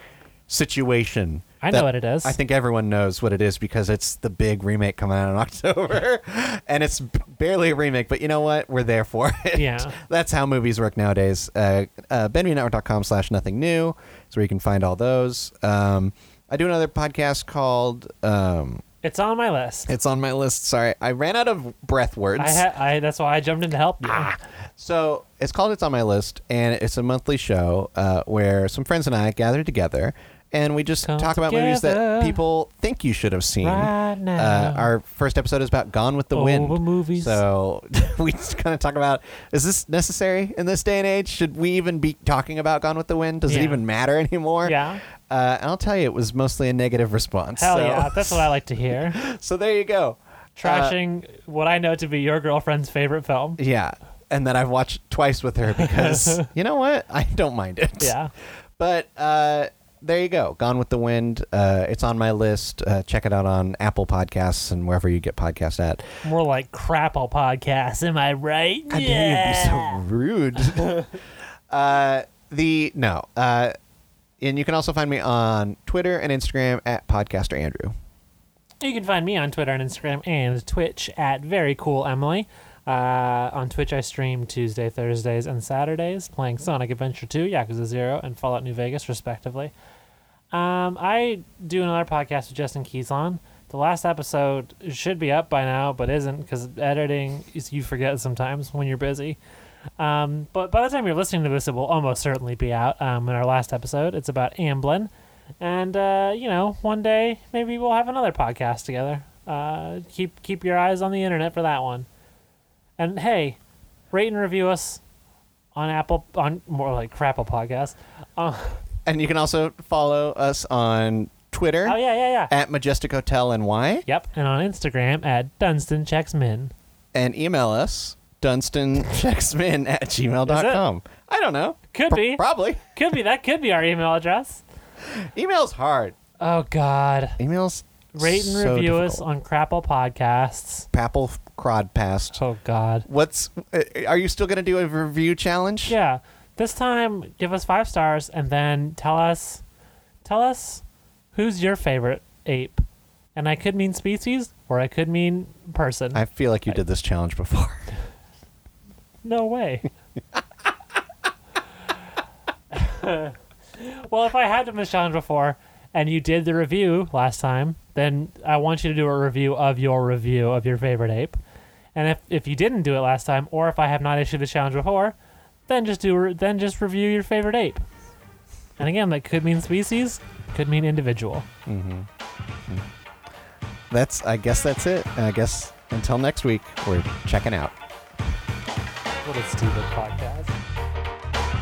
Speaker 2: situation.
Speaker 1: I know
Speaker 2: that
Speaker 1: what it is.
Speaker 2: I think everyone knows what it is because it's the big remake coming out in October. and it's b- barely a remake, but you know what? We're there for it.
Speaker 1: Yeah.
Speaker 2: That's how movies work nowadays. Uh, uh, BenjaminNetwork.com slash nothing new is where you can find all those. Um, I do another podcast called. Um,
Speaker 1: it's on my list.
Speaker 2: it's on my list. Sorry, I ran out of breath words.
Speaker 1: I, ha- I that's why I jumped in to help you.
Speaker 2: Ah, so it's called It's on My List, and it's a monthly show uh, where some friends and I gather together and we just
Speaker 1: Come
Speaker 2: talk about movies that
Speaker 1: together.
Speaker 2: people think you should have seen.
Speaker 1: Right
Speaker 2: Uh,
Speaker 1: now.
Speaker 2: our first episode is about Gone with the
Speaker 1: Over
Speaker 2: Wind.
Speaker 1: movies.
Speaker 2: So we just kind of talk about is this necessary in this day and age? Should we even be talking about Gone with the Wind? Does it
Speaker 1: Yeah.
Speaker 2: even matter anymore?
Speaker 1: Yeah.
Speaker 2: Uh, and I'll tell you, it was mostly a negative response.
Speaker 1: Hell
Speaker 2: so,
Speaker 1: yeah, that's what I like to hear.
Speaker 2: So there you go. Uh,
Speaker 1: Trashing what I know to be your girlfriend's favorite film.
Speaker 2: Yeah. And that I've watched twice with her because you know what? I don't mind it.
Speaker 1: Yeah.
Speaker 2: But uh, there you go. Gone with the Wind. Uh, it's on my list. Uh, check it out on Apple Podcasts and wherever you get podcasts at.
Speaker 1: More like crap all podcasts, am I right?
Speaker 2: I
Speaker 1: yeah.
Speaker 2: dare you be so rude. uh, the no. Uh, and you can also find me on Twitter and Instagram at Podcaster Andrew.
Speaker 1: You can find me on Twitter and Instagram and Twitch at Very Cool Emily. Uh, on Twitch, I stream Tuesday, Thursdays, and Saturdays, playing Sonic Adventure 2, Yakuza 0, and Fallout New Vegas, respectively. Um, I do another podcast with Justin Keys on. The last episode should be up by now, but isn't because editing is you forget sometimes when you're busy. Um, but by the time you're listening to this, it will almost certainly be out. Um, in our last episode, it's about Amblin, and uh, you know, one day maybe we'll have another podcast together. Uh, keep keep your eyes on the internet for that one. And hey, rate and review us on Apple on more like crap podcast. Uh,
Speaker 2: And you can also follow us on Twitter
Speaker 1: oh yeah, yeah, yeah.
Speaker 2: at Majestic Hotel NY.
Speaker 1: Yep, and on Instagram at Dunstan Checks Min.
Speaker 2: and email us dunstanchecksmin at gmail.com. I don't know.
Speaker 1: Could
Speaker 2: Pro-
Speaker 1: be.
Speaker 2: Probably.
Speaker 1: Could be that could be our email address.
Speaker 2: Email's hard.
Speaker 1: Oh God!
Speaker 2: Email's
Speaker 1: Rate and
Speaker 2: so
Speaker 1: review us
Speaker 2: difficult.
Speaker 1: on Crapple Podcasts.
Speaker 2: Papple crod past.
Speaker 1: Oh God!
Speaker 2: What's uh, are you still going to do a review challenge?
Speaker 1: Yeah, this time give us five stars and then tell us, tell us, who's your favorite ape? And I could mean species or I could mean person.
Speaker 2: I feel like you did this challenge before.
Speaker 1: No way. well, if I had done this challenge before and you did the review last time, then I want you to do a review of your review of your favorite ape. And if, if you didn't do it last time, or if I have not issued the challenge before, then just do re- then just review your favorite ape. And again, that could mean species, could mean individual.
Speaker 2: Mm-hmm. That's I guess that's it. And I guess until next week, we're checking out.
Speaker 1: What a stupid podcast.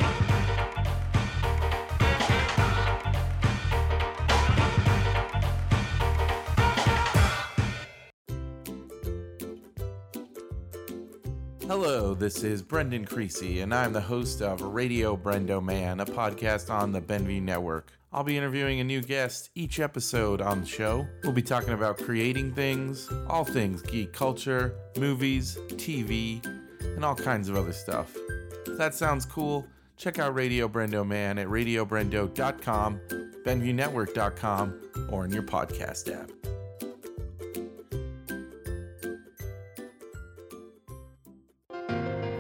Speaker 3: Hello, this is Brendan Creasy, and I'm the host of Radio Brendo Man, a podcast on the Benview Network. I'll be interviewing a new guest each episode on the show. We'll be talking about creating things, all things geek culture, movies, TV, and all kinds of other stuff. If that sounds cool, check out Radio Brendo Man at radiobrendo.com, benviewnetwork.com, or in your podcast app.